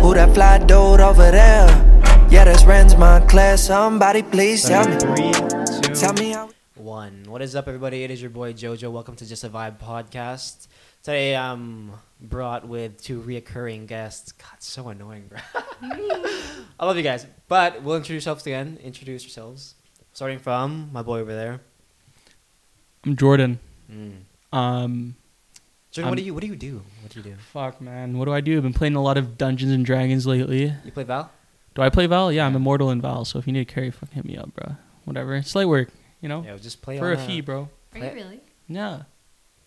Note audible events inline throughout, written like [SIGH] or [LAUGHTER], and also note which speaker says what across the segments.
Speaker 1: Who that fly dude over there? Yeah, that's Renz Montclair. Somebody please tell me.
Speaker 2: Three,
Speaker 1: Tell
Speaker 2: two.
Speaker 1: me how.
Speaker 3: One. What is up, everybody? It is your boy JoJo. Welcome to Just a Vibe podcast. Today I'm brought with two reoccurring guests. God, so annoying, bro. [LAUGHS] I love you guys, but we'll introduce yourselves again. Introduce yourselves. Starting from my boy over there.
Speaker 4: I'm Jordan.
Speaker 3: Mm.
Speaker 4: Um,
Speaker 3: Jordan, what
Speaker 4: I'm-
Speaker 3: do you what do you do? What do you do?
Speaker 4: fuck, man. What do I do? I've been playing a lot of Dungeons and Dragons lately.
Speaker 3: You play Val?
Speaker 4: Do I play Val? Yeah, I'm immortal in Val. So if you need a carry, fucking hit me up, bro. Whatever. It's light work, you know,
Speaker 3: Yeah, just play
Speaker 4: Oh, for
Speaker 3: on,
Speaker 4: a
Speaker 3: uh,
Speaker 4: fee, bro.
Speaker 5: Are you really?
Speaker 4: Yeah.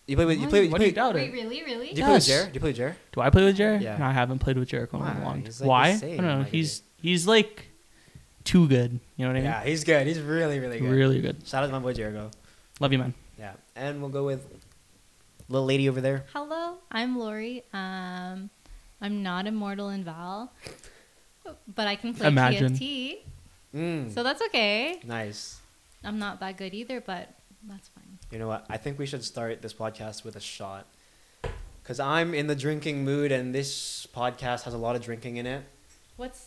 Speaker 3: You play with you play with, you play,
Speaker 4: Why do you
Speaker 3: with-
Speaker 4: doubt
Speaker 5: Wait,
Speaker 4: it?
Speaker 5: really, really?
Speaker 3: do you play with
Speaker 4: Yes.
Speaker 3: Jer? Do you play with Jer?
Speaker 4: Do I play with Jared?
Speaker 3: Yeah.
Speaker 4: No, I haven't played with Jared in a
Speaker 3: Why?
Speaker 4: long.
Speaker 3: He's like
Speaker 4: Why?
Speaker 3: the
Speaker 4: I
Speaker 3: same,
Speaker 4: don't know.
Speaker 3: like it
Speaker 4: He's
Speaker 3: is.
Speaker 4: he's like too good. You know what I mean?
Speaker 3: Yeah, he's good. He's really really good.
Speaker 4: Really good.
Speaker 3: Shout out to my boy Jericho.
Speaker 4: Love you, man.
Speaker 3: Yeah, and we'll go with little lady over there.
Speaker 5: Hello, I'm Lori. Um, I'm not immortal in Val, but I can play
Speaker 4: Imagine. Hmm.
Speaker 5: TFT,
Speaker 3: Mm.
Speaker 5: so that's okay.
Speaker 3: nice.
Speaker 5: I'm not that good either, but that's fine.
Speaker 3: You know what? I think we should start this podcast with a shot. Because I'm in the drinking mood, and this podcast has a lot of drinking in it.
Speaker 5: What's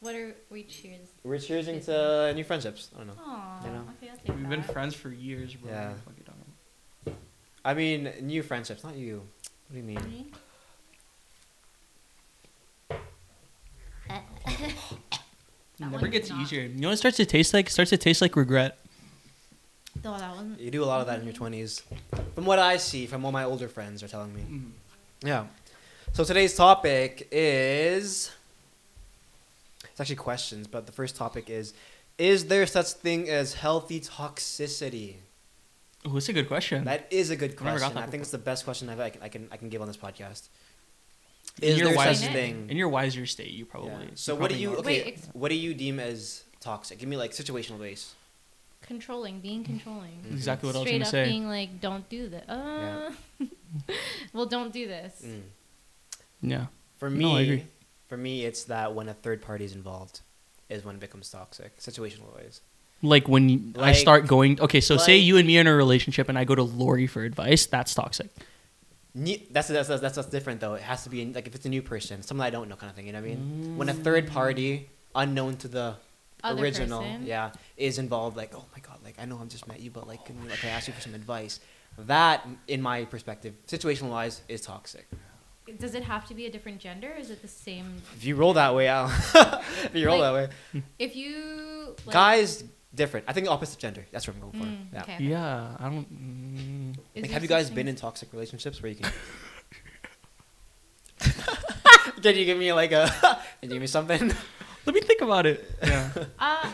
Speaker 5: what are we cheers?
Speaker 3: We're cheersing to new friendships. I don't know.
Speaker 5: Aw,
Speaker 3: You know?
Speaker 5: okay, I'll take that.
Speaker 4: friends for years,
Speaker 3: bro. Yeah. I mean, new friendships, not you. What do you mean?
Speaker 5: [LAUGHS] Ready? That
Speaker 4: Never
Speaker 5: one's
Speaker 4: gets
Speaker 5: not-
Speaker 4: easier. You know what it starts to taste like? It starts to taste like regret.
Speaker 5: No, that wasn't.
Speaker 3: You do a lot of that in your 20s. From what I see, from what my older friends are telling me. Yeah. So today's topic is. It's actually questions, but the first topic is Is there such thing as healthy toxicity?
Speaker 4: Oh, that's a good question.
Speaker 3: That is a good
Speaker 4: I never got
Speaker 3: question. I
Speaker 4: that
Speaker 3: think it's the best question I've, I, can, I can I can give on this podcast.
Speaker 4: In
Speaker 3: Is
Speaker 4: your
Speaker 3: there such
Speaker 4: wise-
Speaker 3: thing?
Speaker 4: In your wiser state, you probably.
Speaker 3: Yeah. So what do
Speaker 4: probably
Speaker 3: you
Speaker 4: not.
Speaker 5: not.
Speaker 3: okay?
Speaker 5: Wait, ex-
Speaker 3: what do you deem as toxic? Give me like situational base.
Speaker 5: Controlling, being controlling.
Speaker 4: Exactly what
Speaker 5: Straight
Speaker 4: I was
Speaker 5: up
Speaker 4: gonna say.
Speaker 5: being like, don't do this. Uh, [LAUGHS] well, don't do this.
Speaker 3: Mm.
Speaker 4: Yeah.
Speaker 3: For me,
Speaker 4: No, I agree.
Speaker 3: for me, it's that when a third party is involved, is when it becomes toxic. Situational ways.
Speaker 4: Like when you- I
Speaker 3: Like-
Speaker 4: start going. Okay, so say
Speaker 3: like-
Speaker 4: you and me are in a relationship, and I go to Lori for advice. That's toxic.
Speaker 3: Ne- that's, that's that's that's what's different though. It has to be like if it's a new person, someone I don't know, kind of thing. You know what I
Speaker 4: Mm.
Speaker 3: mean? When a third party, unknown to the
Speaker 5: Other
Speaker 3: original,
Speaker 5: person.
Speaker 3: yeah, is involved. Like, oh my god, like I know I've just met you, but like, can, like I ask you for some advice? That, in my perspective, situational wise, is toxic.
Speaker 5: Does it have to be a different gender? Is it the same?
Speaker 3: If you roll that way out, [LAUGHS] if you roll that
Speaker 5: Like,
Speaker 3: way,
Speaker 5: If you like,
Speaker 3: guys different. I think opposite gender. That's what I'm going for.
Speaker 5: Mm,
Speaker 3: yeah.
Speaker 5: okay.
Speaker 4: Yeah, I don't. mm.
Speaker 5: Is
Speaker 3: Like,
Speaker 5: there
Speaker 3: have you
Speaker 5: such
Speaker 3: guys been
Speaker 5: thing-
Speaker 3: in toxic relationships where you
Speaker 5: [LAUGHS]
Speaker 3: can? Can you give me like a? [LAUGHS] Can you give me something?
Speaker 4: Let me think about it. Yeah.
Speaker 5: Uh,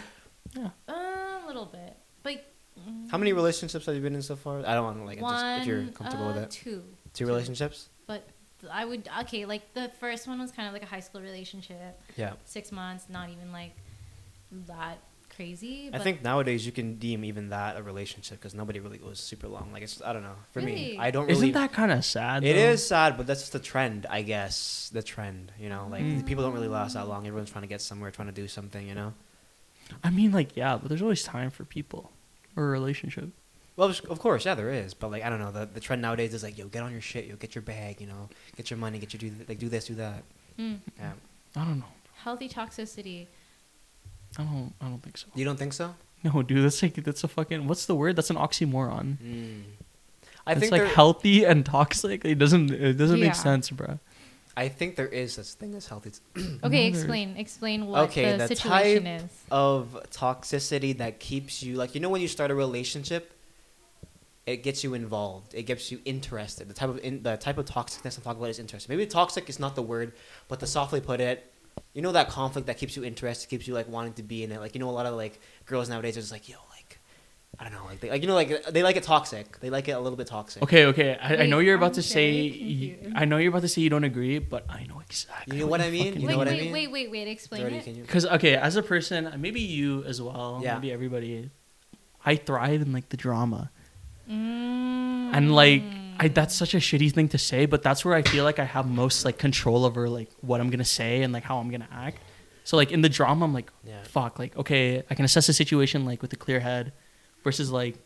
Speaker 4: Yeah.
Speaker 5: a little bit, but mm,
Speaker 3: How many relationships have you been in so far? I don't want to like
Speaker 5: one,
Speaker 3: just, if you're comfortable
Speaker 5: uh,
Speaker 3: with it.
Speaker 5: Two,
Speaker 3: Two relationships.
Speaker 5: but th- I would okay. Like the first one was kind of like a high school relationship,
Speaker 3: Yeah.
Speaker 5: six months, not even like that crazy.
Speaker 3: I
Speaker 5: But
Speaker 3: think nowadays you can deem even that a relationship because nobody really goes super long. Like it's I don't know. For me,
Speaker 5: Really?
Speaker 3: I don't really.
Speaker 4: [LAUGHS] Isn't that kind of sad?
Speaker 3: It
Speaker 4: though?
Speaker 3: is sad, but that's just the trend, I guess. The trend, you know, like
Speaker 4: Mm.
Speaker 3: people don't really last that long. Everyone's trying to get somewhere, trying to do something, you know.
Speaker 4: I mean, like, yeah, but there's always time for people or a relationship.
Speaker 3: Well, of of course, yeah, there is, but like I don't know. The, the trend nowadays is like, yo, get on your shit, yo, get your bag, you know, get your money, get your do th- like do this, do that.
Speaker 5: Mm,
Speaker 3: Yeah.
Speaker 4: I don't know.
Speaker 5: healthy
Speaker 4: [CLEARS THROAT]
Speaker 5: toxicity.
Speaker 4: I don't. I don't think so.
Speaker 3: You don't think so?
Speaker 4: No, dude, that's like that's a fucking. What's the word? That's an oxymoron.
Speaker 3: Mm. I
Speaker 4: it's
Speaker 3: think
Speaker 4: like
Speaker 3: there,
Speaker 4: healthy and toxic. It doesn't. It doesn't
Speaker 5: Yeah.
Speaker 4: make sense, bro.
Speaker 3: I think there is such thing as healthy
Speaker 5: Okay,
Speaker 4: Another-
Speaker 5: explain explain what
Speaker 3: Okay,
Speaker 5: the,
Speaker 3: the
Speaker 5: situation
Speaker 3: type-
Speaker 5: is.
Speaker 3: of toxicity that keeps you like you know when you start a relationship it gets you involved it gets you interested the type of in, the type of toxicness i'm talking about is interest maybe toxic is not the word but to softly put it you know that conflict that keeps you interested keeps you like wanting to be in it like you know a lot of like girls nowadays are just like yo like i don't know like they like you know like they like it toxic they like it a little bit toxic
Speaker 4: Okay, okay. I, I know
Speaker 5: Wait,
Speaker 4: you're about
Speaker 5: I'm
Speaker 4: to
Speaker 5: very
Speaker 4: say.
Speaker 5: confused.
Speaker 4: I know you're about to say you don't agree, but I know exactly.
Speaker 3: You know what I mean? You know
Speaker 5: wait,
Speaker 3: what I
Speaker 5: wait,
Speaker 3: mean?
Speaker 5: wait, wait, wait. Explain
Speaker 3: Dirty,
Speaker 5: it.
Speaker 3: can you-
Speaker 4: Because okay, as a person, maybe you as well.
Speaker 3: Yeah.
Speaker 4: Maybe everybody. I thrive in like the drama,
Speaker 5: Mm.
Speaker 4: and like I that's such a shitty thing to say, but that's where I feel like I have most like control over like what I'm gonna say and like how I'm gonna act. So like in the drama, I'm like,
Speaker 3: Yeah.
Speaker 4: fuck, like okay, I can assess the situation like with a clear head, versus like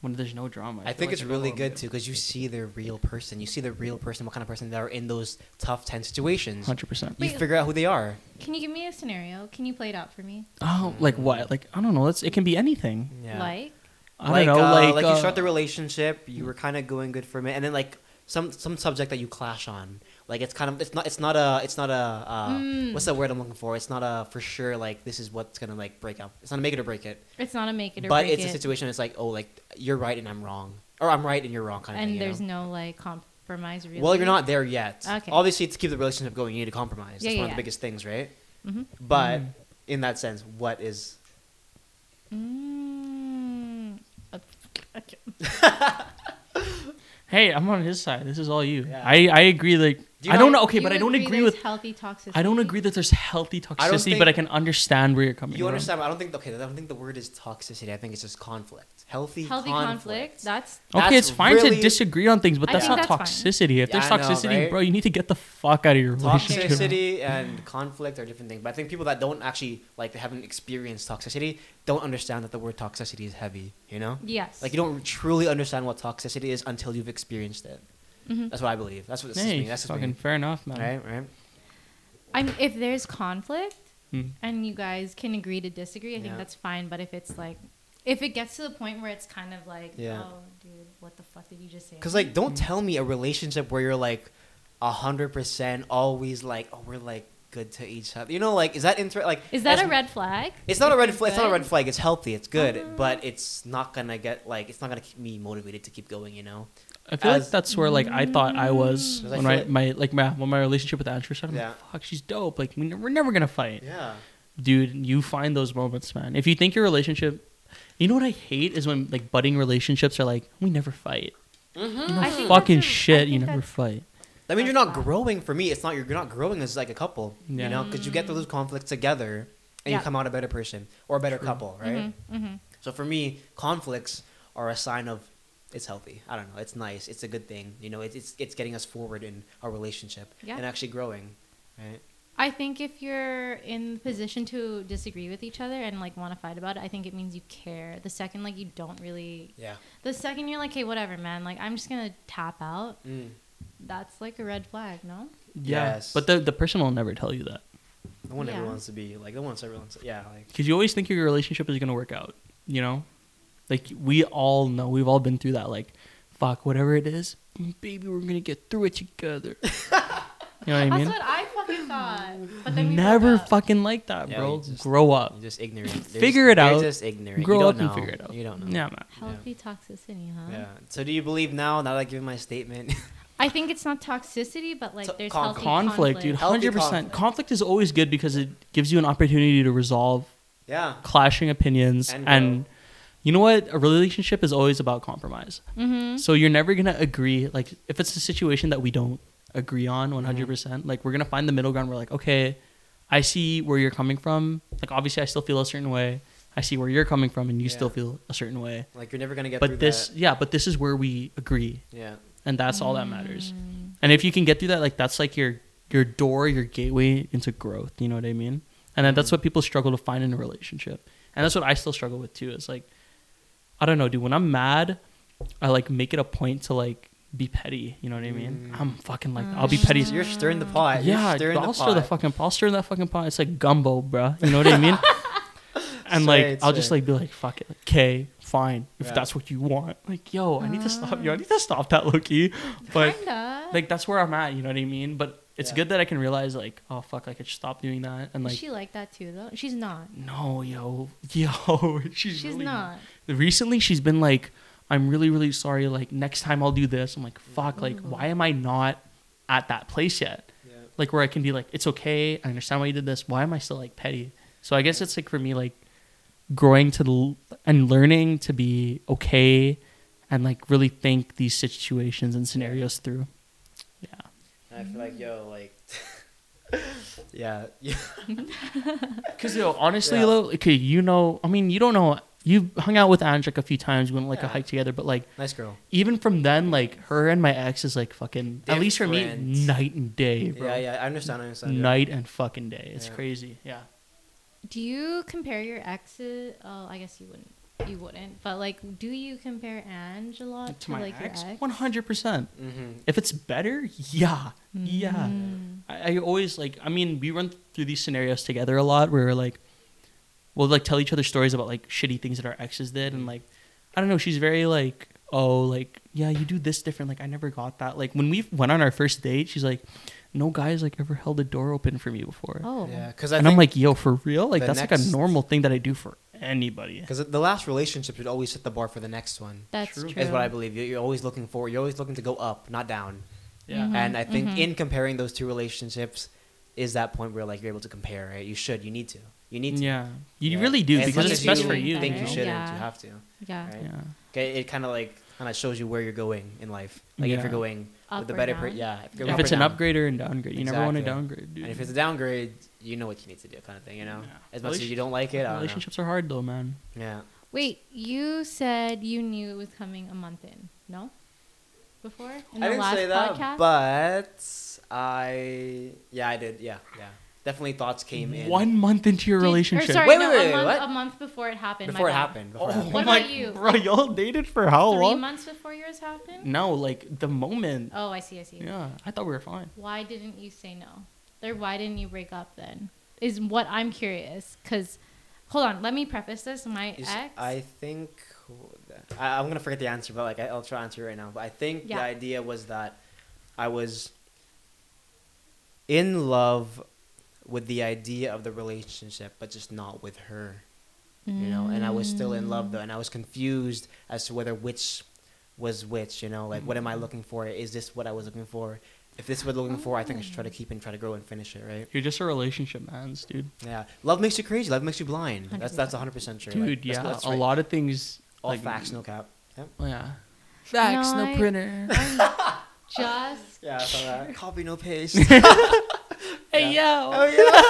Speaker 4: when there's no drama.
Speaker 3: I
Speaker 4: feel
Speaker 3: think
Speaker 4: like
Speaker 3: it's
Speaker 4: I go
Speaker 3: really
Speaker 4: along
Speaker 3: good
Speaker 4: with
Speaker 3: too
Speaker 4: it.
Speaker 3: because you see the real person. You see the real person, what kind of person they are in those tough, tense situations.
Speaker 4: 100%.
Speaker 3: You
Speaker 5: Wait.
Speaker 3: figure out who they are.
Speaker 5: Can you give me a scenario? Can you play it out for me?
Speaker 4: Oh, like what? Like I don't know. It's, it can be anything.
Speaker 3: Yeah.
Speaker 5: Like,
Speaker 4: I
Speaker 3: like,
Speaker 4: don't know.
Speaker 3: uh,
Speaker 4: like
Speaker 3: like
Speaker 4: uh,
Speaker 3: you start the relationship, you were kind of going good for a minute, and then like some some subject that you clash on. Like it's kind of it's not it's not a it's not a uh,
Speaker 5: Mm.
Speaker 3: what's the word I'm looking for? It's not a for sure like this is what's gonna like break up. It's not a make it or break it,
Speaker 5: it's not a make it or
Speaker 3: but
Speaker 5: break
Speaker 3: it's a
Speaker 5: it,
Speaker 3: situation. It's like oh like you're right and I'm wrong, or I'm right and you're wrong kind of
Speaker 5: and
Speaker 3: thing. you
Speaker 5: there's
Speaker 3: know?
Speaker 5: no like compromise. Really.
Speaker 3: Well, you're not there yet.
Speaker 5: Okay.
Speaker 3: Obviously, to keep the relationship going, you need to compromise.
Speaker 5: Yeah,
Speaker 3: That's
Speaker 5: yeah,
Speaker 3: one of
Speaker 5: yeah.
Speaker 3: the biggest things, right?
Speaker 5: Mhm.
Speaker 3: But
Speaker 4: Mm.
Speaker 3: in that sense, what is
Speaker 5: Mm, okay.
Speaker 4: hey, I'm on his side. This is all you.
Speaker 3: Yeah.
Speaker 4: I I agree. Like
Speaker 3: Do you
Speaker 4: I
Speaker 3: not-
Speaker 4: don't know. Okay,
Speaker 5: You
Speaker 4: but I don't agree
Speaker 5: there's
Speaker 4: with.
Speaker 5: healthy toxicity.
Speaker 4: I don't agree that there's healthy toxicity,
Speaker 3: think-
Speaker 4: but I can understand where you're coming
Speaker 3: you
Speaker 4: from.
Speaker 3: understand? but I don't think okay. I don't think the word is toxicity. I think it's just conflict, healthy,
Speaker 5: healthy conflict.
Speaker 3: [LAUGHS]
Speaker 5: That's
Speaker 4: Okay,
Speaker 3: That's
Speaker 4: it's fine
Speaker 3: really-
Speaker 4: to disagree on things, but
Speaker 5: I
Speaker 4: that's
Speaker 5: think
Speaker 4: not
Speaker 5: that's fine.
Speaker 4: toxicity. If there's
Speaker 3: Yeah, I know,
Speaker 4: toxicity,
Speaker 3: right?
Speaker 4: bro, you need to get the fuck out of your relationship.
Speaker 3: Toxicity and conflict are different things. But I think people that don't actually like haven't experienced toxicity don't understand that the word toxicity is heavy. You know,
Speaker 5: yes.
Speaker 3: like you don't truly understand what toxicity is until you've experienced it.
Speaker 5: Mhm.
Speaker 3: That's what I believe. That's what this is.
Speaker 4: [LAUGHS] Hey,
Speaker 3: me. That's just
Speaker 4: fucking
Speaker 3: me.
Speaker 4: fair enough, man.
Speaker 3: Right, right.
Speaker 5: I'm, if there's conflict
Speaker 4: Hmm.
Speaker 5: and you guys can agree to disagree, I
Speaker 3: Yeah.
Speaker 5: think that's fine. But if it's like, if it gets to the point where it's kind of like,
Speaker 3: Yeah.
Speaker 5: oh, dude, what the fuck did you just say?
Speaker 3: Because like, don't tell me a relationship where you're like, a hundred percent always like, oh, we're like good to each other. You know, like, is that inter- like?
Speaker 5: is that
Speaker 3: that's-
Speaker 5: a red flag?
Speaker 3: It's not a
Speaker 5: If
Speaker 3: red
Speaker 5: it's
Speaker 3: flag. It's not a
Speaker 5: good?
Speaker 3: red flag. It's healthy. It's good,
Speaker 5: Uh.
Speaker 3: but it's not gonna get like it's not gonna keep me motivated to keep going. You know?
Speaker 4: I feel
Speaker 3: As-
Speaker 4: like that's where like I thought I was
Speaker 3: 'Cause I
Speaker 4: when
Speaker 3: feel
Speaker 4: I,
Speaker 3: like-
Speaker 4: my like my when my relationship with Andrew started. I'm
Speaker 3: Yeah.
Speaker 4: like, fuck, she's dope. Like we ne- we're never gonna fight,
Speaker 3: Yeah.
Speaker 4: dude. You find those moments, man. If you think your relationship, you know what I hate is when like budding relationships are like we never fight.
Speaker 5: Mm-hmm. I think
Speaker 4: Fucking
Speaker 5: that's a- I
Speaker 4: shit, you
Speaker 5: think
Speaker 4: never
Speaker 5: that's-
Speaker 4: fight.
Speaker 3: That means you're
Speaker 5: That's
Speaker 3: not
Speaker 5: fine.
Speaker 3: growing. For me, it's not you're, you're not growing as like a couple. You
Speaker 4: Yeah.
Speaker 3: know, because you get through those conflicts together, and
Speaker 5: Yeah.
Speaker 3: you come out a better person or a better couple, right?
Speaker 5: Mhm, mhm.
Speaker 3: So for me, conflicts are a sign of it's healthy. I don't know. It's nice. It's a good thing. You know, it, it's it's getting us forward in our relationship
Speaker 5: Yeah.
Speaker 3: and actually growing. Right.
Speaker 5: I think if you're in the position to disagree with each other and like want to fight about it, I think it means you care. The second like you don't really,
Speaker 3: Yeah.
Speaker 5: the second you're like, hey, whatever, man. Like I'm just gonna tap out.
Speaker 3: Mm.
Speaker 5: That's like a red flag, no?
Speaker 4: Yeah,
Speaker 3: Yes.
Speaker 4: but the the person will never tell you that
Speaker 3: No one ever
Speaker 5: Yeah.
Speaker 3: wants to be like. No one wants everyone. To, yeah. Like.
Speaker 4: because you always think your relationship is gonna work out. You know, like we all know we've all been through that. Like, fuck, whatever it is, baby, we're gonna get through it
Speaker 5: [LAUGHS]
Speaker 4: together. you know what I mean?
Speaker 5: That's what I fucking thought.
Speaker 4: [LAUGHS]
Speaker 5: But then we
Speaker 4: Never
Speaker 5: fucking.
Speaker 4: fucking like that,
Speaker 3: Yeah,
Speaker 4: bro.
Speaker 3: you just-
Speaker 4: Grow up.
Speaker 3: You're just ignorant. They're
Speaker 4: Figure
Speaker 3: just-
Speaker 4: it out.
Speaker 3: They're just ignorant.
Speaker 4: Grow
Speaker 3: you
Speaker 4: up
Speaker 3: don't
Speaker 4: and
Speaker 3: know.
Speaker 4: figure it out.
Speaker 3: You don't know.
Speaker 4: Yeah, man.
Speaker 5: Healthy toxicity, huh?
Speaker 3: Yeah. So do you believe now? Now that I've given my statement, [LAUGHS]
Speaker 5: I think it's not toxicity, but like
Speaker 3: So-
Speaker 5: there's
Speaker 3: con-
Speaker 5: healthy
Speaker 4: Conflict, dude.
Speaker 3: Healthy
Speaker 4: Hundred percent.
Speaker 3: conflict.
Speaker 4: Conflict is always good because it gives you an opportunity to resolve
Speaker 3: yeah.
Speaker 4: clashing opinions
Speaker 3: And
Speaker 4: and.
Speaker 3: grow.
Speaker 4: you know what? A relationship is always about compromise.
Speaker 5: Mm-hmm.
Speaker 4: So you're never gonna agree. Like if it's a situation that we don't agree on 100,
Speaker 3: Mm-hmm.
Speaker 4: percent like we're gonna find the middle ground. We're like, okay, I see where you're coming from. Like obviously, I still feel a certain way. I see where you're coming from, and you still
Speaker 3: Yeah.
Speaker 4: feel a certain way.
Speaker 3: Like you're never gonna get. through
Speaker 4: But this,
Speaker 3: That.
Speaker 4: yeah, but this is where we agree,
Speaker 3: Yeah.
Speaker 4: and that's all that matters. And if you can get through that, like that's like your your door, your gateway into growth. You know what I mean? And then that's what people struggle to find in a relationship, and that's what I still struggle with too. Is like, I don't know, dude. When I'm mad, I like make it a point to like be petty. You know what I mean? I'm fucking like I'll be petty.
Speaker 3: You're stirring the pot.
Speaker 4: yeah,
Speaker 3: You're stirring
Speaker 4: I'll
Speaker 3: the
Speaker 4: stir the
Speaker 3: pot.
Speaker 4: fucking I'll stir that fucking pot. It's like gumbo, bruh. You know what I
Speaker 3: [LAUGHS]
Speaker 4: mean? and
Speaker 3: Straight,
Speaker 4: like I'll just
Speaker 3: straight.
Speaker 4: like be like, fuck it, okay, fine, if
Speaker 3: Yeah.
Speaker 4: that's what you want. Like, yo, I need to stop. Yo, I need to stop that, Loki. But
Speaker 5: Uh. Kinda.
Speaker 4: like that's where I'm at. You know what I mean? But it's
Speaker 3: Yeah.
Speaker 4: good that I can realize like, oh fuck, I could stop doing that. And
Speaker 5: Is
Speaker 4: like,
Speaker 5: she like that too, though? She's not.
Speaker 4: no, yo, [LAUGHS] yo, she's
Speaker 5: She's
Speaker 4: really-
Speaker 5: not.
Speaker 4: Recently, she's been like, I'm really, really sorry. Like next time I'll do this. I'm like, fuck,
Speaker 5: Mm.
Speaker 4: like why am I not at that place yet?
Speaker 3: Yeah.
Speaker 4: Like where I can be like, it's okay. I understand why you did this. Why am I still like petty? So I guess it's like for me like growing to the l- and learning to be okay and like really think these situations and scenarios through. Yeah.
Speaker 3: I feel like yo, like. [LAUGHS] yeah. Yeah.
Speaker 4: Because yo, honestly,
Speaker 3: Yeah.
Speaker 4: though, okay, you know, I mean, you don't know. You hung out with Andrick a few times. We went like
Speaker 3: Yeah.
Speaker 4: a hike together, but like
Speaker 3: Nice girl.
Speaker 4: even from then, like her and my ex is like fucking. At least for me,
Speaker 3: Different.
Speaker 4: night and day, bro.
Speaker 3: Yeah, yeah. I understand. I understand. yeah.
Speaker 4: Night and fucking day. It's
Speaker 3: Yeah.
Speaker 4: crazy. Yeah.
Speaker 5: Do you compare your exes? Oh, I guess you wouldn't. you wouldn't. But like, do you compare Ange a lot to,
Speaker 4: to my
Speaker 5: like
Speaker 4: ex,
Speaker 5: your ex?
Speaker 4: one hundred percent.
Speaker 3: Mm-hmm.
Speaker 4: If it's better, yeah,
Speaker 5: Mm.
Speaker 4: yeah.
Speaker 5: Mm-hmm.
Speaker 4: I, I always like. I mean, we run through these scenarios together a lot. Where we're like, we'll like tell each other stories about like shitty things that our exes did, and like, I don't know. She's very like, oh, like yeah, you do this different. Like I never got that. Like when we went on our first date, she's like, no guy's like ever held a door open for me before.
Speaker 5: Oh,
Speaker 3: Yeah, because
Speaker 4: and I'm like, yo, for real? Like
Speaker 3: the
Speaker 4: that's like a
Speaker 3: next-
Speaker 4: normal thing that I do for anybody.
Speaker 3: because the last relationship should always set the bar for the next one.
Speaker 5: that's
Speaker 4: True.
Speaker 5: true.
Speaker 4: Is
Speaker 3: Is what I believe. You- You're always looking forward. You're always looking to go up, not down.
Speaker 4: Yeah.
Speaker 5: Mm-hmm,
Speaker 3: And I think in comparing those two relationships, is that point where like you're able to compare, right? You should. You need to. You need to.
Speaker 4: Yeah, you
Speaker 3: Yeah.
Speaker 4: really do
Speaker 3: As
Speaker 4: because
Speaker 3: much
Speaker 4: it's
Speaker 3: as
Speaker 4: best for you.
Speaker 3: Think
Speaker 4: you
Speaker 3: you
Speaker 4: know?
Speaker 3: shouldn't.
Speaker 5: Yeah.
Speaker 3: You have to.
Speaker 5: Yeah.
Speaker 3: Right?
Speaker 4: Yeah.
Speaker 3: Okay, it kind of like kind of shows you where you're going in life. Like if
Speaker 4: Yeah.
Speaker 3: you're going
Speaker 5: Up
Speaker 3: with the
Speaker 5: or
Speaker 3: better, per-
Speaker 5: down?
Speaker 3: yeah. If, you're
Speaker 4: If
Speaker 3: up or
Speaker 4: it's an
Speaker 3: down.
Speaker 4: upgrade or an downgrade, you never want to
Speaker 3: Exactly.
Speaker 4: downgrade, dude.
Speaker 3: and if it's a downgrade, you know what you need to do, kind of thing. You know,
Speaker 4: Yeah.
Speaker 3: as much as
Speaker 4: Relation-
Speaker 3: you don't like it, I don't know.
Speaker 4: Relationships are hard though, man.
Speaker 3: Yeah.
Speaker 5: Wait, you said you knew it was coming a month in. No, before in
Speaker 3: I
Speaker 5: the
Speaker 3: didn't
Speaker 5: last
Speaker 3: say that,
Speaker 5: podcast.
Speaker 3: but I yeah, I did. Yeah, yeah. Definitely thoughts came in
Speaker 4: One month into your
Speaker 5: Did- or
Speaker 4: relationship. [LAUGHS]
Speaker 5: sorry,
Speaker 3: Wait,
Speaker 5: no,
Speaker 3: wait, wait,
Speaker 5: a, month,
Speaker 3: what?
Speaker 5: a month before it happened. my
Speaker 3: before it
Speaker 5: bad.
Speaker 3: happened. Before it
Speaker 4: Oh
Speaker 3: happened.
Speaker 5: What
Speaker 4: my,
Speaker 5: about you?
Speaker 4: bro, y'all dated for how
Speaker 5: Three
Speaker 4: long?
Speaker 5: months before yours happened.
Speaker 3: Mm.
Speaker 4: No, like the moment.
Speaker 5: Oh, I see. I see.
Speaker 4: Yeah, I thought we were fine.
Speaker 5: Why didn't you say no? Or why didn't you break up then? Is what I'm curious. Cause, hold on, let me preface this. My
Speaker 3: Is-
Speaker 5: ex.
Speaker 3: I think I, I'm gonna forget the answer, but like I, I'll try to answer it right now. But I think
Speaker 5: Yeah.
Speaker 3: the idea was that I was in love with the idea of the relationship, but just not with her. You know, and I was still in love though, and I was confused as to whether which was which. You know, like what am I looking for? Is this what I was looking for? If this is what I'm looking for, I think I should try to keep and try to grow and finish it, right?
Speaker 4: You're just a relationship man's, dude.
Speaker 3: Yeah, love makes you crazy. Love makes you blind. That's that's 100 percent true.
Speaker 4: Dude,
Speaker 3: Like, that's-
Speaker 4: yeah,
Speaker 3: that's
Speaker 4: a
Speaker 3: right.
Speaker 4: lot of things.
Speaker 3: All
Speaker 4: like,
Speaker 3: facts, no cap. Yep.
Speaker 4: Yeah.
Speaker 5: Facts, no No, I- [LAUGHS]
Speaker 4: printer.
Speaker 5: Just
Speaker 3: Yeah, I saw that. [LAUGHS] Copy, no paste.
Speaker 4: [LAUGHS] hey yo.
Speaker 3: oh, yeah.